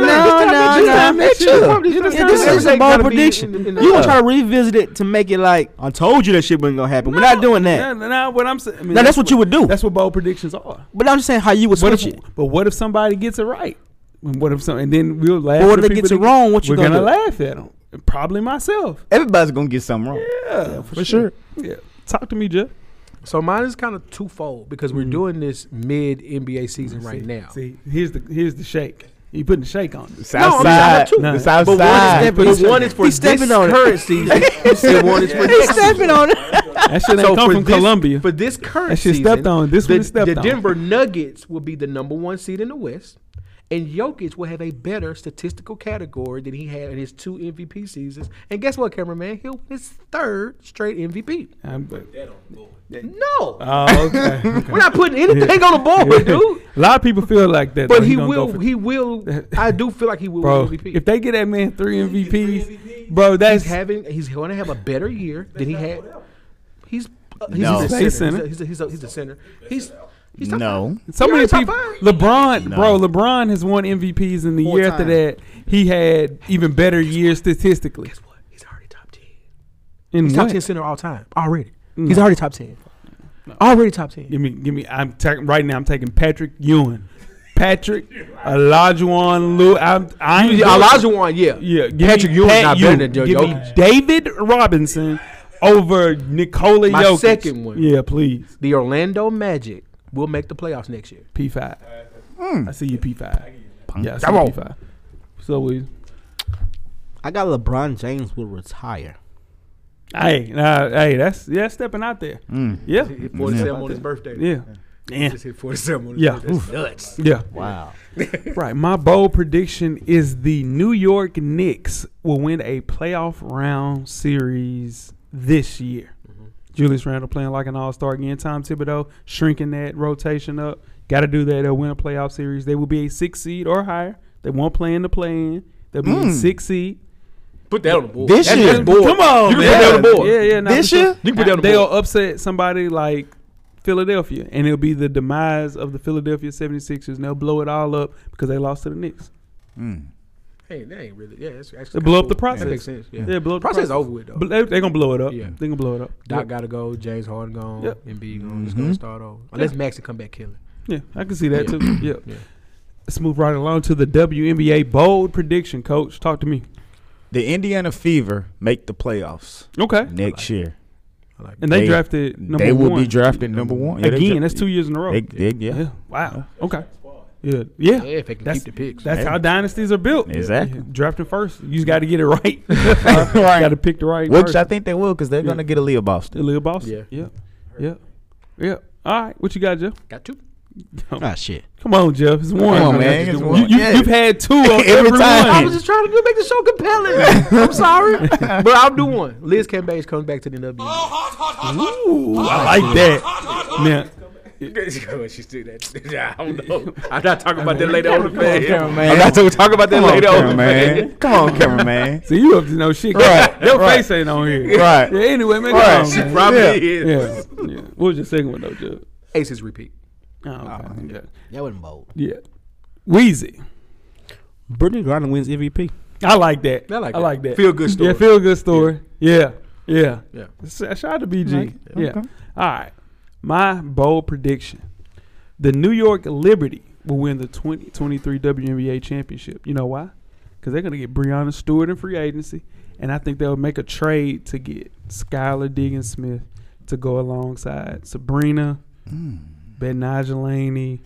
S5: This
S7: no.
S5: time next year.
S7: Yeah,
S5: This time
S7: This
S5: next
S7: is
S5: year.
S7: a bold
S6: Everything gotta be
S7: prediction.
S6: in- in the-
S7: You gonna try to revisit it to make it like I told you that shit wasn't gonna happen. We're not doing that.
S5: No, no, no, what I'm saying. I mean,
S7: Now that's what you would do.
S5: That's what bold predictions are.
S7: But I'm just saying how you would
S5: What if,
S7: switch it.
S5: but what if somebody gets it right? And what if some? And then we'll laugh.
S7: Or
S5: at
S7: they
S5: people
S7: get it
S5: that
S7: wrong, what you
S5: We're
S7: gonna
S5: gonna
S7: do?
S5: laugh at them. Probably myself.
S8: Everybody's gonna get something wrong.
S5: Yeah,
S8: for sure.
S5: Yeah. Talk to me, Jeff.
S6: So mine is kind of twofold because we're doing this mid NBA season right
S5: Mm. See-
S6: now.
S5: See, here's the here's the shake. You putting the shake on. it.
S8: South
S6: No, I
S8: side,
S6: mean,
S5: I got two.
S8: the South
S6: But
S8: side.
S6: one is,
S5: Put
S6: but one is for
S7: He's
S6: this
S7: stepping on it.
S6: current season, and one is for
S7: He's
S6: next season.
S7: stepping on it.
S5: That shit ain't come
S6: for
S5: from
S6: this,
S5: Columbia.
S6: For this current
S5: That shit
S6: season,
S5: stepped on. This
S6: the,
S5: one is stepped
S6: the
S5: on.
S6: Denver Nuggets will be the number one seed in the West, and Jokic will have a better statistical category than he had in his two MVP seasons. And guess what, cameraman? He'll win his third straight MVP.
S5: I'm-
S6: No,
S5: Oh, okay.
S6: we're not putting anything on the board, dude.
S5: a lot of people feel like that.
S6: But
S5: though.
S6: he
S5: gonna go
S6: will.
S5: for-
S6: He will. I do feel like he will
S5: bro.
S6: win MVP.
S5: If they get that man three MVPs, bro, that's
S6: he's having he's going to have a better year than he had. He's uh, he's,
S8: No.
S6: he's
S5: He's a
S6: a center.
S5: center.
S6: He's a, he's a, he's a center. He's he's top
S8: No,
S6: five.
S5: so many
S6: You're top
S5: people.
S6: five.
S5: LeBron, bro, LeBron has won MVPs, and the
S7: Four
S5: year after that,
S7: times.
S5: he had even better years statistically.
S6: Guess what? He's already top ten.
S5: In
S6: He's
S5: what? Oh, Mm.
S6: top ten center all time already. He's already top ten. Already top ten.
S5: Give me, give me. I'm ta- right now. I'm taking Patrick Ewing, Patrick Olajuwon, Lou. I'm, I'm
S6: Olajuwon, yeah,
S5: Yeah, give
S6: Patrick
S5: me
S6: Ewing's
S5: Pat
S6: not
S5: Ewing.
S6: better than Joe
S5: Give me
S6: Jokic.
S5: David Robinson over Nikola
S6: My
S5: Jokic.
S6: second one.
S5: Yeah, please.
S6: The Orlando Magic will make the playoffs next year.
S5: P five. I see you P five. Yeah, I see
S8: Come
S5: you
S8: on.
S5: P five. So we.
S7: I got LeBron James will retire.
S5: Hey, nah, hey, that's yeah, stepping out there. Yeah,
S6: Before
S8: Yeah.
S6: Sam on his birthday.
S5: yeah. Yeah.
S6: Just hit 47 on the
S5: Yeah.
S6: third. That's
S5: Oof.
S6: nuts.
S5: Yeah.
S8: Wow.
S5: Right. My bold prediction is the New York Knicks will win a playoff round series this year. Julius Randle playing like an all star again. Tom Thibodeau shrinking that rotation up. Got to do that. They'll win a playoff series. They will be a six seed or higher. They won't play in the play in. They'll be a six seed.
S6: Put that on the board.
S8: This
S6: That's
S8: year-
S6: just board.
S5: Come on,
S6: You can
S5: man.
S6: put that on the board.
S5: Yeah, yeah. nah,
S8: This
S5: for sure.
S8: year?
S6: You can put that on the
S5: They'll
S6: board.
S5: upset somebody like Philadelphia, and it'll be the demise of the Philadelphia 76ers, and they'll blow it all up because they lost to the Knicks.
S6: Hey, that ain't really. Yeah, that's
S5: They
S6: actually.
S5: blow up the
S6: cool.
S5: process.
S6: That makes sense. Yeah.
S5: Yeah, blow up the
S6: process
S5: process.
S6: over with though.
S5: But they're gonna blow it up.
S6: Yeah.
S5: They're gonna blow it up.
S6: Doc gotta go. James Harden gone.
S5: Yep.
S6: Embiid gone. Just gonna start over. Unless Maxi come back killing.
S5: Yeah, I can see that
S6: Yeah.
S5: too. Yeah.
S6: Yeah.
S5: Let's move right along to the WNBA bold prediction, coach. Talk to me.
S8: The Indiana Fever make the playoffs
S5: Okay.
S8: next year.
S6: I like
S5: And they, drafted number
S8: They will
S5: one.
S8: be drafted number one Yeah, they
S5: Again,
S8: dra-
S5: that's two years in a row.
S8: They, they, yeah.
S5: yeah. Wow. Okay. Yeah. Yeah.
S6: Yeah, if they can
S5: That's-
S6: keep the picks.
S5: That's
S8: Yeah.
S5: how dynasties are built.
S8: Exactly.
S5: Yeah. Drafting first, you just got to get it right. right. Got to pick the right.
S8: Which I
S5: person.
S8: think they will because they're going to get a Leo Boston.
S5: Lil Boston. Yeah. Yeah. Yeah. All right. What you got, Jeff?
S6: got two.
S7: Ah, shit.
S5: Come on, Jeff. It's one.
S8: on, man. It's one.
S5: You, you,
S8: Yeah.
S5: You've had two of every,
S8: Every time.
S5: one.
S6: I was just trying to do, make the show compelling. I'm sorry, but I'll do one. Liz Cambage comes back to the NBA.
S5: Ooh, I like that. Now,
S6: she still that. I don't know. I'm not talking about that later on the fan.
S8: cameraman.
S6: I'm not talking talking about that
S8: Come on,
S6: later on the fan.
S8: cameraman. Come on, cameraman.
S5: so you up to no shit.
S8: Right,
S5: Your
S8: right.
S5: face ain't on here.
S8: Right.
S5: Yeah, anyway, man.
S8: Right.
S5: Come on, man.
S6: Probably
S8: Yeah.
S6: is.
S5: Yeah. yeah. What was your second one, though, Jeff?
S6: Aces repeat.
S5: Oh, okay. yeah.
S7: That wasn't bold.
S5: yeah. Wheezy.
S7: Brittany Griner wins MVP.
S5: I like that.
S6: I like
S5: I
S6: that.
S5: like that.
S6: Feel good story.
S5: Yeah, feel good story. Yeah. Yeah.
S6: Yeah.
S5: S- Shout out to BG.
S8: it.
S5: Yeah.
S8: Okay.
S5: All right. My bold prediction. The New York Liberty will win the 2023 WNBA championship. You know why? Because they're going to get Breonna Stewart in free agency. And I think they'll make a trade to get Skylar Diggins Smith to go alongside Sabrina,
S8: Hmm.
S5: Ben Nigelani.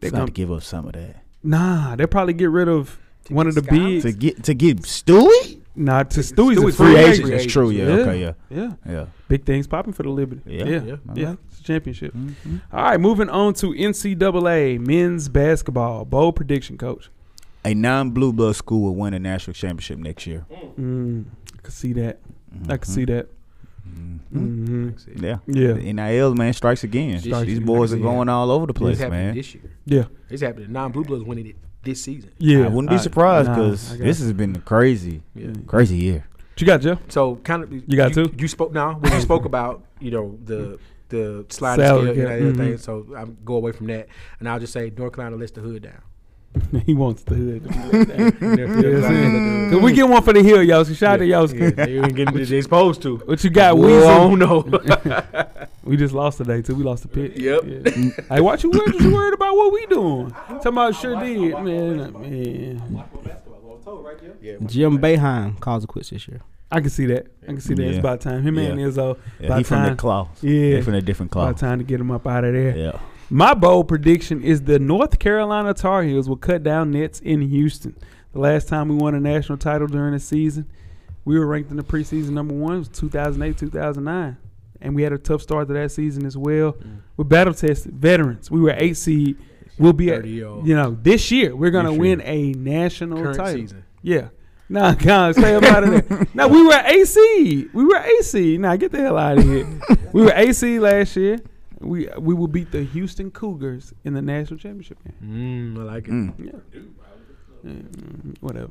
S8: They
S5: Some-
S8: got to give up some of that
S5: Nah, they'll probably get rid of one of the bigs.
S6: Skylar?
S8: to get to get Stewie.
S5: Nah, to Stewie's a
S6: Stewie's
S5: free
S6: free
S5: agent.
S6: agent.
S8: That's true. Yeah.
S5: Yeah.
S8: Okay. Yeah.
S5: Yeah.
S8: Yeah.
S5: Big things popping for the Liberty.
S8: Yeah.
S5: Yeah. Yeah.
S8: Yeah. Mm-hmm.
S5: It's a championship. All right. Moving on to NCAA men's basketball. Bold prediction, coach.
S8: A non-blue blood school will win a national championship next year.
S5: Mm, I can see that. I
S8: Mm-hmm.
S5: can see that. hmm
S8: Yeah.
S5: Yeah.
S8: The NIL man strikes again.
S6: Strikes
S8: These
S6: again.
S8: boys are
S6: Yeah.
S8: going all over the
S6: This
S8: place,
S6: happened
S8: man.
S6: this year.
S5: Yeah.
S6: This happened. Non Blue Bloods winning it this season.
S5: Yeah.
S8: I wouldn't
S5: All
S8: be
S5: right.
S8: surprised
S5: Nah,
S8: because
S5: I got
S8: this
S5: it.
S8: has been a crazy,
S6: Yeah.
S8: crazy year.
S5: What you got, Jeff?
S6: So kind of
S5: You got two?
S6: You spoke now when you spoke about you know the the sliding
S5: Salary
S6: scale and
S5: cap,
S6: that other
S5: mhm.
S6: thing. So I'm go away from that, and I'll just say North Carolina lets the hood down.
S5: he wants the hood.
S6: yeah,
S5: Cause we get one for the hill, y'all. So shout out to y'all.
S6: they ain't getting they exposed to.
S5: What you got,
S6: Oh
S5: Weezy?
S6: no!
S5: We just lost today too. We lost the pick.
S6: Yep.
S5: Yeah. hey, why you worried? You worried about what we doing? Talking about sure did, man. uh, Man,
S7: Jim Beheim calls it quits this year.
S5: I can see that. I can see that. It's
S8: Yeah.
S5: about time. Him and
S8: Yeah.
S5: Izzo.
S8: Yeah,
S5: about
S8: he from
S5: time.
S8: the claws.
S5: Yeah.
S8: He from a different claw.
S5: About time to get him up out of there.
S8: Yeah.
S5: My bold prediction is the North Carolina Tar Heels will cut down nets in Houston. The last time we won a national title during the season, we were ranked in the preseason number one. It was 2008, 2009. And we had a tough start to that season as well. We're battle tested veterans. We were eight seed. We'll be at,
S6: 30-year-old.
S5: you know, this year we're going to
S6: This
S5: win
S6: year.
S5: a national
S6: Current
S5: title.
S6: season.
S5: Yeah. Nah, God, stay up out of there. Now we were AC. We were AC. Now get the hell out of here. we were AC last year. We we will beat the Houston Cougars in the national championship game.
S6: Mm, I like it.
S5: Mm, Whatever.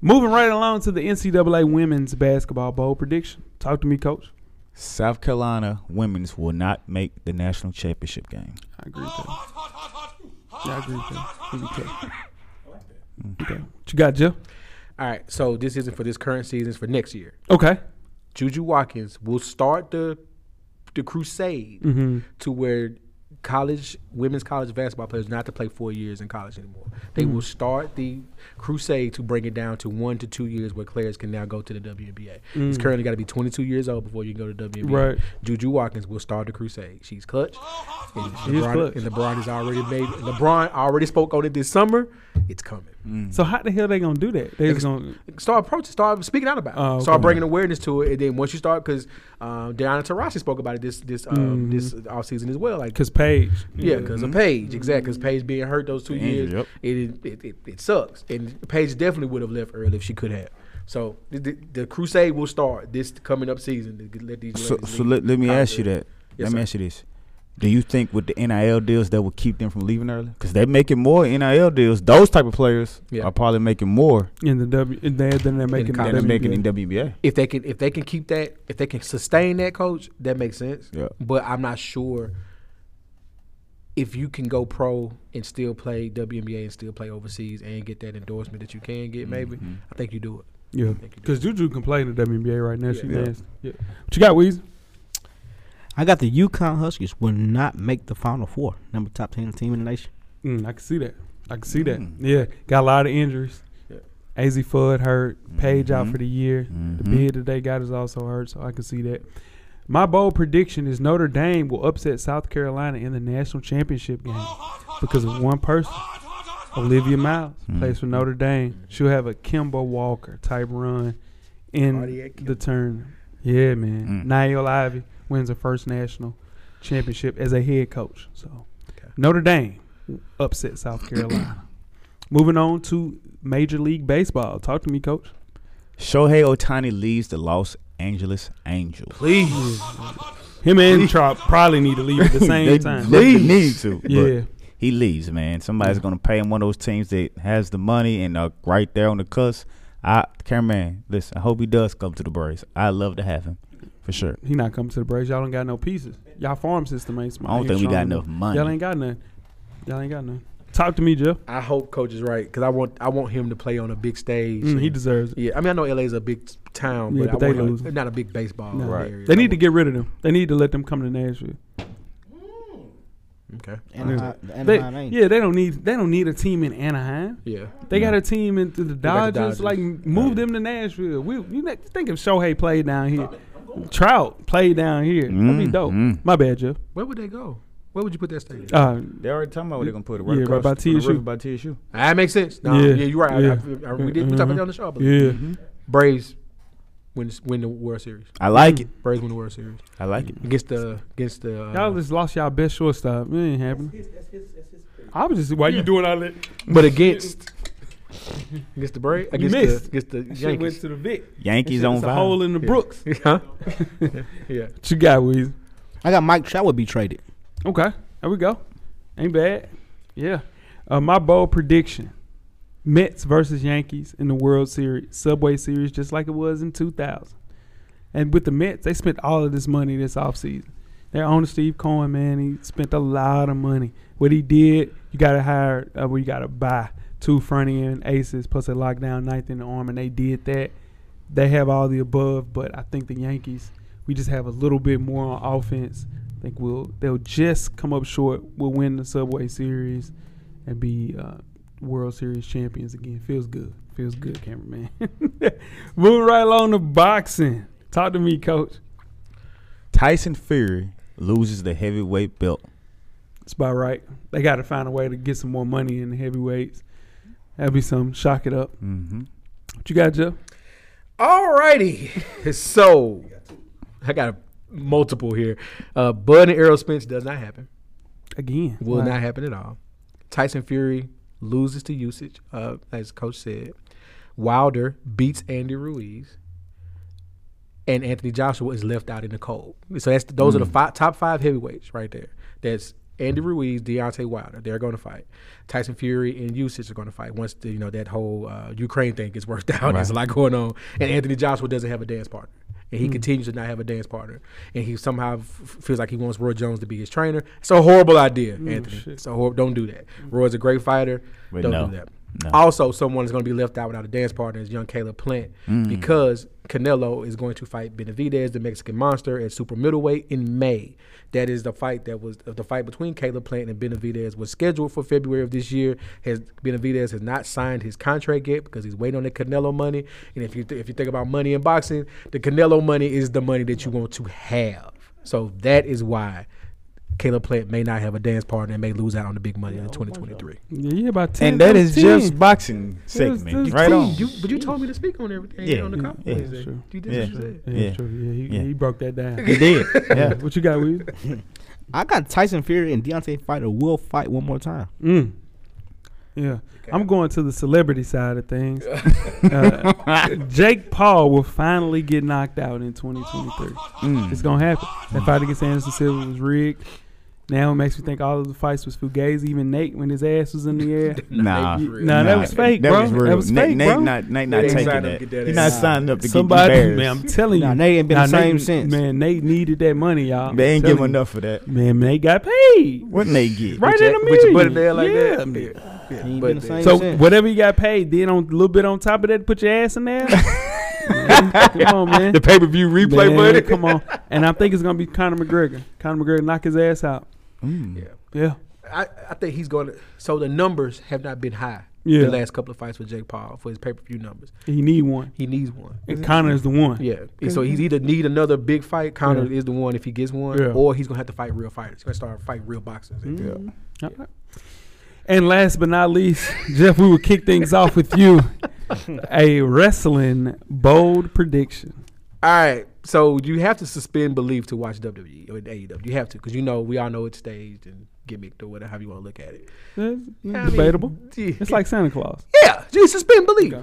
S5: Moving right along to the NCAA women's basketball bowl prediction. Talk to me, coach.
S8: South Carolina women's will not make the national championship game.
S5: I agree with that. Yeah, I agree with that. It'd be tough. Okay. What you got, Jeff?
S6: All right, so this isn't for this current season; it's for next year.
S5: Okay.
S6: Juju Watkins will start the the crusade
S5: Mm-hmm.
S6: to where college women's college basketball players not to play four years in college anymore. They
S5: Mm-hmm.
S6: will start the crusade to bring it down to one to two years where players can now go to the WNBA. It's currently got to be 22 years old before you can go to WNBA.
S5: Mm. Right.
S6: Juju Watkins will start the crusade. She's clutch. And
S5: is
S6: LeBron,
S5: clutch.
S6: And LeBron has already made. LeBron already spoke on it this summer. it's coming.
S5: So how the hell they gonna do that? They just gonna
S6: Start approaching, start speaking out about it,
S5: Oh,
S6: start
S5: okay.
S6: bringing awareness to it, and then once you start, because um, Deanna Taurasi spoke about it this this um, this off season as well, like
S5: Mm-hmm. cause Paige.
S6: Yeah, because of Paige, exactly. Because Paige being hurt those two
S8: Yeah,
S6: years,
S8: Mm-hmm. yep.
S6: it, it, it it sucks. And Paige definitely would have left early if she could have. So the, the, the crusade will start this coming up season. To get- let these
S8: So,
S6: ladies
S8: so
S6: leave.
S8: let, let me
S6: Out
S8: ask you
S6: there.
S8: that.
S6: Yes,
S8: let me
S6: sir.
S8: ask you this. Do you think with the NIL deals that would keep them from leaving early? Because they're making more NIL deals. Those type of players
S6: Yeah.
S8: are probably making more
S5: in the W, and they then they're making
S6: college.
S8: than they're
S5: WNBA.
S8: making in WBA.
S6: If they can if they can keep that if they can sustain that coach, that makes sense.
S8: Yeah.
S6: But I'm not sure if you can go pro and still play WNBA and still play overseas and get that endorsement that you can get. Maybe I think you do it.
S5: Yeah, because Juju can play in the WNBA right now. She
S6: Yeah.
S5: nasty. Yeah. What you got, Weezy?
S7: I got the Yukon Huskies will not make the Final Four, number top ten team in the nation.
S5: Mm, I can see that. I can see that. Yeah, got a lot of injuries.
S6: Yeah.
S5: AZ Fudd hurt. Paige out
S8: Mhm.
S5: for the year. The
S8: Mhm.
S5: bid that they got is also hurt, so I can see that. My bold prediction is Notre Dame will upset South Carolina in the national championship game because of one person. Olivia Miles plays for Notre Dame. She'll have a Kimba Walker type run in
S6: Cardiac
S5: the tournament. Yeah, man.
S8: Mm.
S5: Niall Ivy wins her first national championship as a head coach. So Notre Dame upset South Carolina. Moving on to Major League Baseball. Talk to me, coach.
S8: Shohei Otani leaves the Los Angeles Angels.
S5: Please. Him and Trop probably need to leave at the
S8: they
S5: same time.
S8: definitely need to. But
S5: Yeah.
S8: he leaves, man. Somebody's gonna pay him. One of those teams that has the money and uh, right there on the cusp. I, cameraman, listen. I hope he does come to the Braves. I love to have him for sure.
S5: He not coming to the Braves. Y'all don't got no pieces. Y'all farm system ain't smart.
S8: I don't
S5: Ain't
S8: think we got
S5: strong
S8: enough money.
S5: Y'all ain't got nothing. Y'all ain't got nothing. Talk to me, Jeff.
S6: I hope coach is right because I want I want him to play on a big stage.
S5: Mm, he
S6: and-
S5: deserves it.
S6: Yeah, I mean, I know LA is a big t- town,
S5: Yeah,
S6: but,
S5: but
S6: I
S5: they
S6: want-
S5: losing.
S6: not a big baseball
S5: No.
S6: area.
S5: They need to get rid of them. They need to let them come to Nashville.
S6: Okay.
S7: Anaheim,
S5: They,
S7: Anaheim ain't.
S5: yeah, they don't need they don't need a team in Anaheim.
S6: Yeah.
S5: They got a team in the
S6: got the
S5: Dodgers.
S6: Dodgers. Oh,
S5: Like move them to Nashville. We you know, think if Shohei played down here, Trout played down here. That'd
S6: Mm-hmm.
S5: be
S8: Mm,
S5: dope.
S8: mm.
S5: My bad, Jeff.
S6: Where would they go? Where would you put that stadium?
S5: Uh,
S8: They already talking about where they're gonna put it.
S5: Yeah, right
S8: across
S5: by
S8: from the
S5: TSU.
S8: river By TSU.
S6: that Ah, makes sense. No, yeah,
S5: Yeah,
S6: you're right. I-
S5: yeah. Mm-hmm.
S6: I, I, we did we talked about that on the show. I
S5: yeah,
S6: believe. Braves win this- win the World Series.
S8: I like it.
S6: Braves win the World Series
S8: I like it.
S6: against the against the. Uh,
S5: y'all just lost y'all best shortstop. It ain't happening. I was just why you doing all that?
S6: but against against the Braves against
S5: missed.
S6: the against the
S5: Shit went
S6: Yankees.
S5: to the Vic.
S8: Yankees
S5: It's
S8: on
S5: a hole
S8: fire.
S5: in the Brooks.
S6: huh? yeah.
S5: What you got, Weezy?
S7: I got Mike Trout would be traded.
S5: Okay, there we go. Ain't bad. Yeah. Uh, my bold prediction: Mets versus Yankees in the World Series, Subway Series, just like it was in 2000. And with the Mets, they spent all of this money this offseason. Their owner Steve Cohen, man, he spent a lot of money. What he did, you got to hire, uh, well, you got to buy two front end aces plus a lockdown ninth in the arm, and they did that. They have all the above, but I think the Yankees, we just have a little bit more on offense. I think we'll they'll just come up short. We'll win the Subway Series and be uh, World Series champions again. Feels good. Feels good, cameraman. Moving right along to boxing. Talk to me, coach.
S8: Tyson Fury loses the heavyweight belt.
S5: It's about right. They got to find a way to get some more money in the heavyweights. That'd be some shock it up.
S8: Mm-hmm.
S5: What you got, Jeff?
S6: Alrighty. So I got a multiple here. Uh, Bud and Errol Spence does not happen.
S5: Again,
S6: Will
S5: Wow.
S6: not happen at all. Tyson Fury loses to usage, uh, as Coach said. Wilder beats Andy Ruiz, and Anthony Joshua is left out in the cold. So that's those are
S8: Mm.
S6: the five, top five heavyweights right there. That's Andy Ruiz, Deontay Wilder. They're going to fight. Tyson Fury and usage are going to fight once the, you know that whole uh, Ukraine thing gets worked out. There's a lot going on, and Anthony Joshua doesn't have a dance partner and
S8: Mm.
S6: he continues to not have a dance partner, and he somehow f- feels like he wants Roy Jones to be his trainer. It's a horrible idea, Anthony. It's a hor- don't do that. Roy's a great fighter.
S8: But
S6: don't
S8: Mm. no.
S6: do that.
S8: No.
S6: Also, someone is going to be left out without a dance partner is young Caleb Plant because Canelo is going to fight Benavidez, the Mexican Monster, at super middleweight in May. That is the fight that was the fight between Caleb Plant and Benavidez was scheduled for February of this year. Has Benavidez has not signed his contract yet because he's waiting on the Canelo money. And if you th- if you think about money in boxing, the Canelo money is the money that you want to have. So that is why Caleb Plant may not have a dance partner and may lose out on the big money in 2023.
S5: Yeah, yeah, about ten.
S8: And that is
S5: 10.
S8: Jeff's boxing segment.
S5: that's
S8: Right
S5: team.
S8: on.
S6: You, but you told me to speak on everything
S8: Yeah,
S6: on the
S8: yeah,
S6: conference.
S8: yeah.
S6: Wednesday.
S5: Sure.
S6: You did
S8: Yeah.
S6: what you said.
S5: Yeah,
S8: Yeah.
S5: True. yeah, he,
S8: Yeah.
S5: he broke that down.
S8: He did. Yeah.
S5: what you got, Will?
S7: I got Tyson Fury and Deontay Fighter will fight one more time.
S5: Mm. Yeah, I'm going to the celebrity side of things. Uh, Jake Paul will finally get knocked out in 2023. It's gonna happen. That fight against Anderson Silva was rigged. Now it makes me think all of the fights was fugazi. Even Nate, when his ass was in the air,
S8: Nah,
S5: Nah, that was fake, bro. That
S8: real.
S5: was
S8: Nate,
S5: fake,
S8: Nate
S5: bro.
S8: not, Nate not
S6: They ain't
S8: taking
S6: signed up
S8: that.
S6: to get that
S8: He
S6: ass.
S8: not signed up to
S5: somebody,
S8: get embarrassed.
S5: man, I'm telling
S7: Nah,
S5: you,
S7: they ain't been the same
S5: Nate-
S7: since.
S5: Man, Nate needed that money, y'all.
S8: they ain't
S5: Telling
S8: give him
S5: you.
S8: enough for that.
S5: Man, Nate got paid.
S8: What Nate get?
S5: Right in the
S6: But
S5: middle.
S6: you put it there like
S5: yeah.
S6: that.
S5: man.
S6: Yeah.
S7: He ain't
S6: But
S7: been the same
S5: So
S7: since.
S5: whatever you got paid, then on a little bit on top of that, put your ass in there. Man, come on, man.
S8: The pay per view replay
S5: Man,
S8: buddy.
S5: Come on. And I think it's gonna be Conor McGregor. Conor McGregor knock his ass out.
S8: Mm.
S5: Yeah.
S6: I, I think he's going to. So the numbers have not been high.
S5: Yeah.
S6: The last couple of fights with Jake Paul for his pay per view numbers.
S5: He need one.
S6: He needs one.
S5: And Conor is the one.
S6: Yeah. So he's either need another big fight. Conor is the one if he gets one,
S5: Yeah.
S6: or he's gonna have to fight real fighters. He's gonna start fighting real boxers.
S5: All right. And last but not least, Jeff, we will kick things off with you. A wrestling bold prediction.
S6: All right. So you have to suspend belief to watch WWE or AEW. You have to because you know we all know it's staged and gimmicked or whatever however you want to look at it.
S5: That's
S6: I mean,
S5: debatable.
S6: yeah.
S5: It's like Santa Claus.
S6: Yeah, just suspend belief.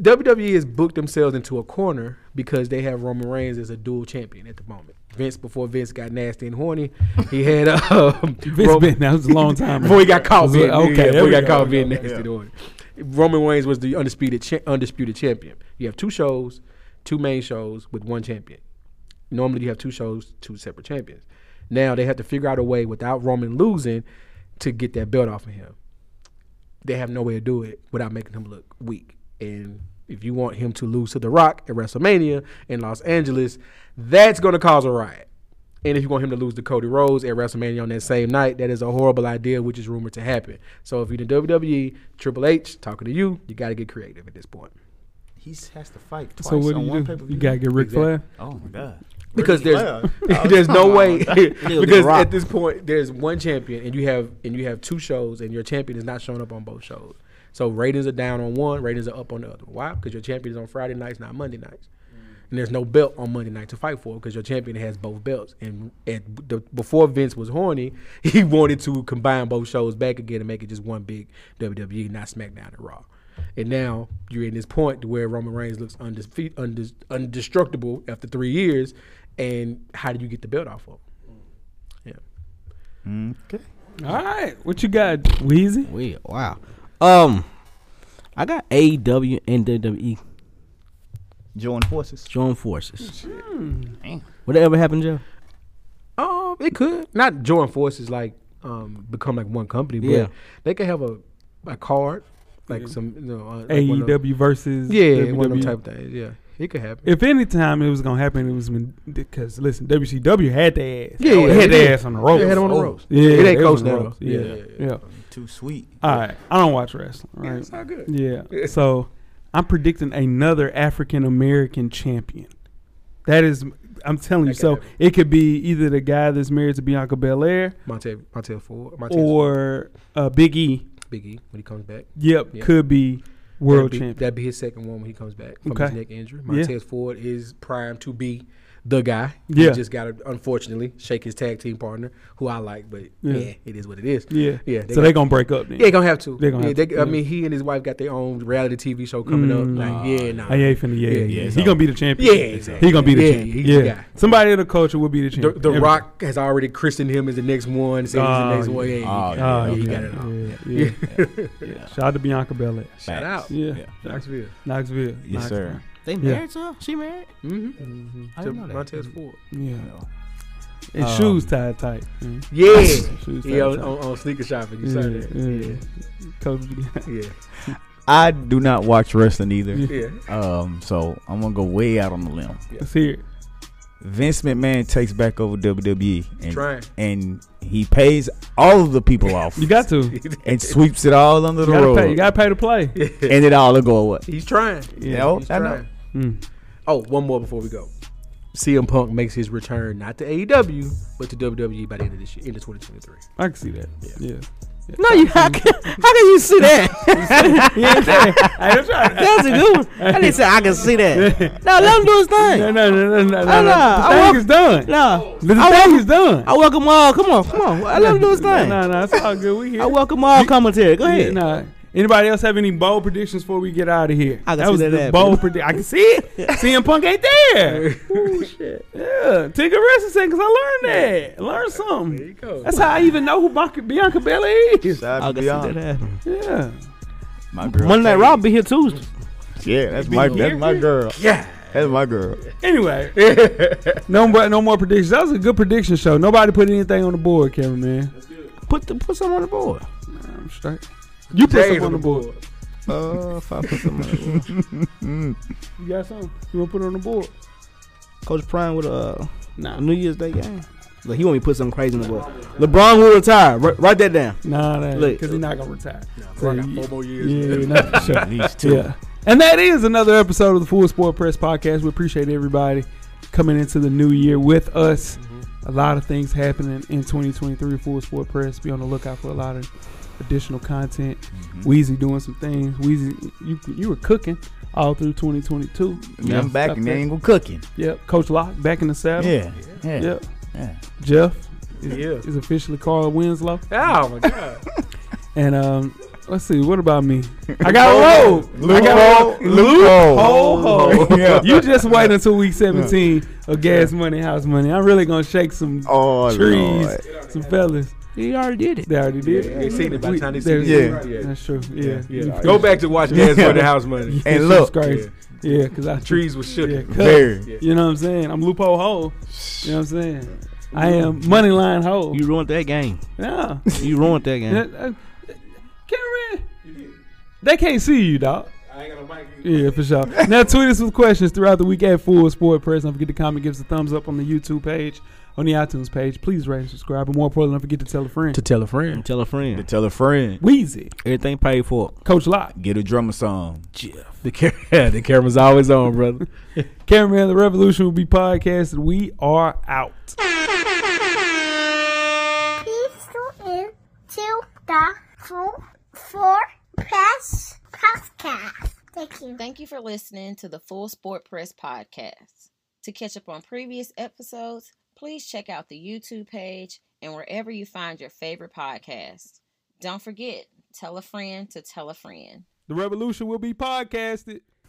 S6: WWE E has booked themselves into a corner because they have Roman Reigns as a dual champion at the moment. Vince, before Vince got nasty and horny, he had um,
S5: Vince
S6: Roman-
S5: been- that was a long time
S6: before he got
S5: ago.
S6: caught
S5: Was it-
S6: being
S5: okay,
S6: okay.
S5: there
S6: Before
S5: we
S6: he got
S5: go,
S6: caught
S5: we
S6: being
S5: go,
S6: nasty and horny. Roman Reigns was the undisputed cha- undisputed champion. You have two shows, two main shows with one champion. Normally, you have two shows, two separate champions. Now they have to figure out a way without Roman losing to get that belt off of him they have no way to do it without making him look weak. And if you want him to lose to The Rock at WrestleMania in Los Angeles, that's going to cause a riot. And if you want him to lose to Cody Rhodes at WrestleMania on that same night, that is a horrible idea, which is rumored to happen. So if you're in WWE, Triple H, talking to you, you got to get creative at this point.
S8: He has to fight twice
S5: So what do you do? You gotta get Ric Flair.
S8: Oh my god.
S6: because
S8: Ric
S6: there's
S8: Flair. Oh,
S6: there's no
S8: come
S6: way
S8: on.
S6: because
S7: Rock.
S6: at this point there's one champion and you have and you have two shows and your champion is not showing up on both shows. So ratings are down on one, ratings are up on the other. Why? Because your champion is on Friday nights, not Monday nights. And there's no belt on Monday night to fight for because your champion has both belts. And at the, before Vince was horny, he wanted to combine both shows back again and make it just one big WWE, not SmackDown and Raw. And now you're in this point to where Roman Reigns looks undefeat, undes, undestructible after three years. And how do you get the belt off of? him?
S8: Okay.
S5: All right. What you got, Wheezy?
S7: Weird. Wow. Um, I got AEW and E WWE
S8: Join forces.
S7: join forces. Hmm. Whatever happened, Joe?
S6: Yeah. Um, it could not join forces like um become like one company, but
S7: Yeah.
S6: they could have a a card like some you know uh, like one of-
S5: AEW E versus
S6: yeah, one of them
S5: WWE.
S6: type of things. Yeah, it could happen.
S5: If any time E. it was gonna happen, it was when because listen, WCW had their ass.
S6: Yeah, yeah,
S5: they had their
S6: they did.
S5: ass on the ropes.
S6: They had 'em on the
S8: Oh.
S6: ropes.
S5: Yeah,
S6: it ain't
S5: they was
S6: coach
S5: on the
S6: now.
S5: ropes.
S6: Yeah,
S5: Yeah,
S6: yeah, yeah.
S5: yeah.
S8: Too sweet.
S5: All right, I don't watch wrestling. Right?
S6: it's all good.
S5: Yeah, so I'm predicting another African American champion. That is, I'm telling you.
S6: That could
S5: So
S6: happen.
S5: it could be either the guy that's married to Bianca Belair
S6: Montel, Montel Ford, Montez Ford,
S5: or uh, Big E.
S6: Big E when he comes back.
S5: Yep,
S6: Yeah.
S5: could be world
S6: that'd be,
S5: champion.
S6: That'd be his second one when he comes back from his
S5: Okay.
S6: neck injury.
S5: Yeah.
S6: Montez Ford is primed to be the guy.
S5: Yeah.
S6: He just got to, unfortunately, shake his tag team partner, who I like, but
S5: Yeah.
S6: yeah, it is what it is.
S5: yeah,
S6: Yeah. They
S5: so
S6: got-
S5: they're gonna break up then.
S6: Yeah, gonna have to.
S5: They gonna
S6: yeah,
S5: have
S6: they,
S5: to, yeah.
S6: I mean, he and his wife got their own reality TV show coming
S5: Mm.
S6: up. Like, yeah, nah.
S5: I ain't finna. Yeah, yeah.
S8: yeah,
S5: He
S8: it's
S5: gonna
S8: over.
S5: be the champion.
S6: Yeah, exactly.
S5: He gonna be the
S6: Yeah,
S5: champion.
S6: he's
S5: Yeah,
S6: the guy.
S5: somebody in the culture will be the
S6: The,
S5: champion.
S6: the
S5: Every-
S6: Rock has already christened him as the next one. Said he's
S5: Oh,
S6: the next one. Yeah,
S5: yeah.
S6: he
S8: Oh,
S6: got it.
S5: Oh,
S6: yeah, he
S5: okay.
S6: got it all.
S5: Yeah, yeah, yeah. Shout out to Bianca Belair.
S6: Shout out.
S5: Yeah,
S8: Yeah.
S6: Knoxville.
S5: Knoxville.
S8: Yes,
S5: Knoxville.
S8: sir.
S7: They
S5: married
S7: to her? She married?
S6: Mm-hmm.
S7: I
S6: To
S7: didn't know that.
S6: Montez Ford.
S5: Yeah,
S8: No.
S5: and
S8: Um,
S5: shoes tied tight. Mm.
S6: Yeah.
S5: Shoes
S6: yeah,
S5: tied
S6: on,
S5: tight.
S6: on, on sneaker shopping. You
S5: Yeah,
S6: saw that.
S5: yeah. Coach,
S6: Yeah. Yeah.
S8: I do not watch wrestling either.
S6: Yeah.
S8: Um, so I'm gonna go way out on the limb.
S5: let's hear it.
S8: Vince McMahon takes back over WWE and
S6: Trying.
S8: and he pays all of the people off
S5: You got to. You
S8: and sweeps it all under the
S5: gotta
S8: rug,
S5: pay. You gotta pay to play.
S8: and it all will go away.
S6: He's trying.
S8: You know,
S6: He's
S8: Oh, I know.
S6: trying.
S5: Mm.
S6: Oh, one more before we go. CM Punk makes his return not to AEW but to WWE by the end of this year, end of 2023.
S5: I can see that. Yeah.
S7: No, you how can, how can you see that?
S5: Yeah. I'm saying. Hey, I'm trying to-
S7: That's a good one. I didn't say I can see that. No, let him do his thing.
S5: No, no, no, no, no, no,
S7: I
S5: no.
S7: know.
S5: The
S7: I
S5: thing
S7: want-
S5: is done.
S7: No,
S5: The
S7: I
S5: thing
S7: want-
S5: is done.
S7: I welcome all. Come on, come on. I let him do his thing.
S5: No, no, it's all good. We here.
S7: I welcome all commentary. Go ahead.
S5: Nah. Anybody else have any bold predictions before we get out of here?
S7: I can
S5: that
S7: see
S5: was
S7: that
S5: the
S7: happening.
S5: bold prediction. I can see it. CM Punk ain't there. Ooh, shit. Yeah. Take a rest a second because I learned that. Learn something. There you
S6: go.
S5: That's how I even know who Bianca, Bianca Bella is.
S7: I
S8: Shout
S7: can
S8: to
S7: see
S8: Bianca.
S7: that happen.
S5: Yeah.
S8: My girl.
S7: Monday Night Raw be here Tuesday.
S8: Yeah, that's my that's my girl. Yeah, that's my girl.
S5: Anyway, no, more- no more predictions. That was a good prediction show. Nobody put anything on the board, Kevin, man.
S7: Put the, put some on the board.
S5: I'm straight. You put something on the board.
S8: Uh, if I put some
S5: You got something? You want to put it on the board?
S7: Coach Prime with a uh,
S5: Nah.
S7: New Year's Day game. Look, he want me to put something crazy in the board. LeBron will retire. Wri- write that down.
S5: Nah, that
S7: Look.
S5: because he's not gonna retire.
S6: I got four more
S5: Yeah,
S6: years.
S5: not for sure.
S8: at least two.
S5: Yeah. And that is another episode of the Full Sport Press Podcast. We appreciate everybody coming into the new year with us.
S6: Mm-hmm.
S5: A lot of things happening in 2023 Full Sport Press. Be on the lookout for a lot of additional content.
S6: Mm-hmm.
S5: Weezy doing some things. Weezy, you you were cooking all through 2022.
S8: Yeah, I'm back in the
S5: Yep.
S8: angle cooking.
S5: Coach Locke back in the saddle.
S8: Yeah, yeah,
S5: Yep.
S8: yeah.
S5: Jeff is,
S6: Yeah.
S5: is officially Carl Winslow.
S6: Oh my god.
S5: And um, let's see, what about me? I got a
S6: Oh.
S5: roll. I got a roll. Ho, ho.
S8: Yeah.
S5: You just wait until week 17 of gas money, house money. I'm really going to shake some
S8: Oh,
S5: trees,
S8: Lord.
S5: some fellas.
S7: He already did it.
S5: They already did.
S6: They seen it by the time they see
S5: There's-
S8: it.
S6: Yeah.
S5: That's true. Yeah.
S6: Yeah.
S5: You-
S6: Go back to watch Gas
S8: Yeah.
S6: for the House Money.
S8: And
S5: It's
S8: look,
S5: crazy. Yeah, because I
S6: Trees was shook.
S5: Yeah, 'cause-
S8: Very.
S5: You know what I'm saying? I'm loophole hole. You know what I'm saying? I am money line hole.
S7: You ruined that game.
S5: Yeah.
S7: You ruined that
S5: Yeah,
S7: game.
S5: uh, Cameron, they can't see you, dog. Yeah, for sure. now tweet us with questions throughout the week at Full Sport Press. Don't forget to comment, give us a thumbs up on the YouTube page, on the iTunes page. Please rate and subscribe, and more importantly, don't forget to tell a friend.
S6: To tell a friend.
S7: Tell a friend.
S8: Tell a friend.
S5: Wheezy,
S7: Everything paid for.
S5: Coach Lock,
S8: Get a drummer song.
S6: The, ca- the camera's always on, brother.
S5: Cameraman, the Revolution will be podcasted. We are out.
S3: Please tune in to the full four press podcast. Thank you.
S4: Thank you for listening to the Full Sport Press podcast. To catch up on previous episodes, please check out the YouTube page and wherever you find your favorite podcast. Don't forget, tell a friend to tell a friend.
S5: The Revolution will be podcasted.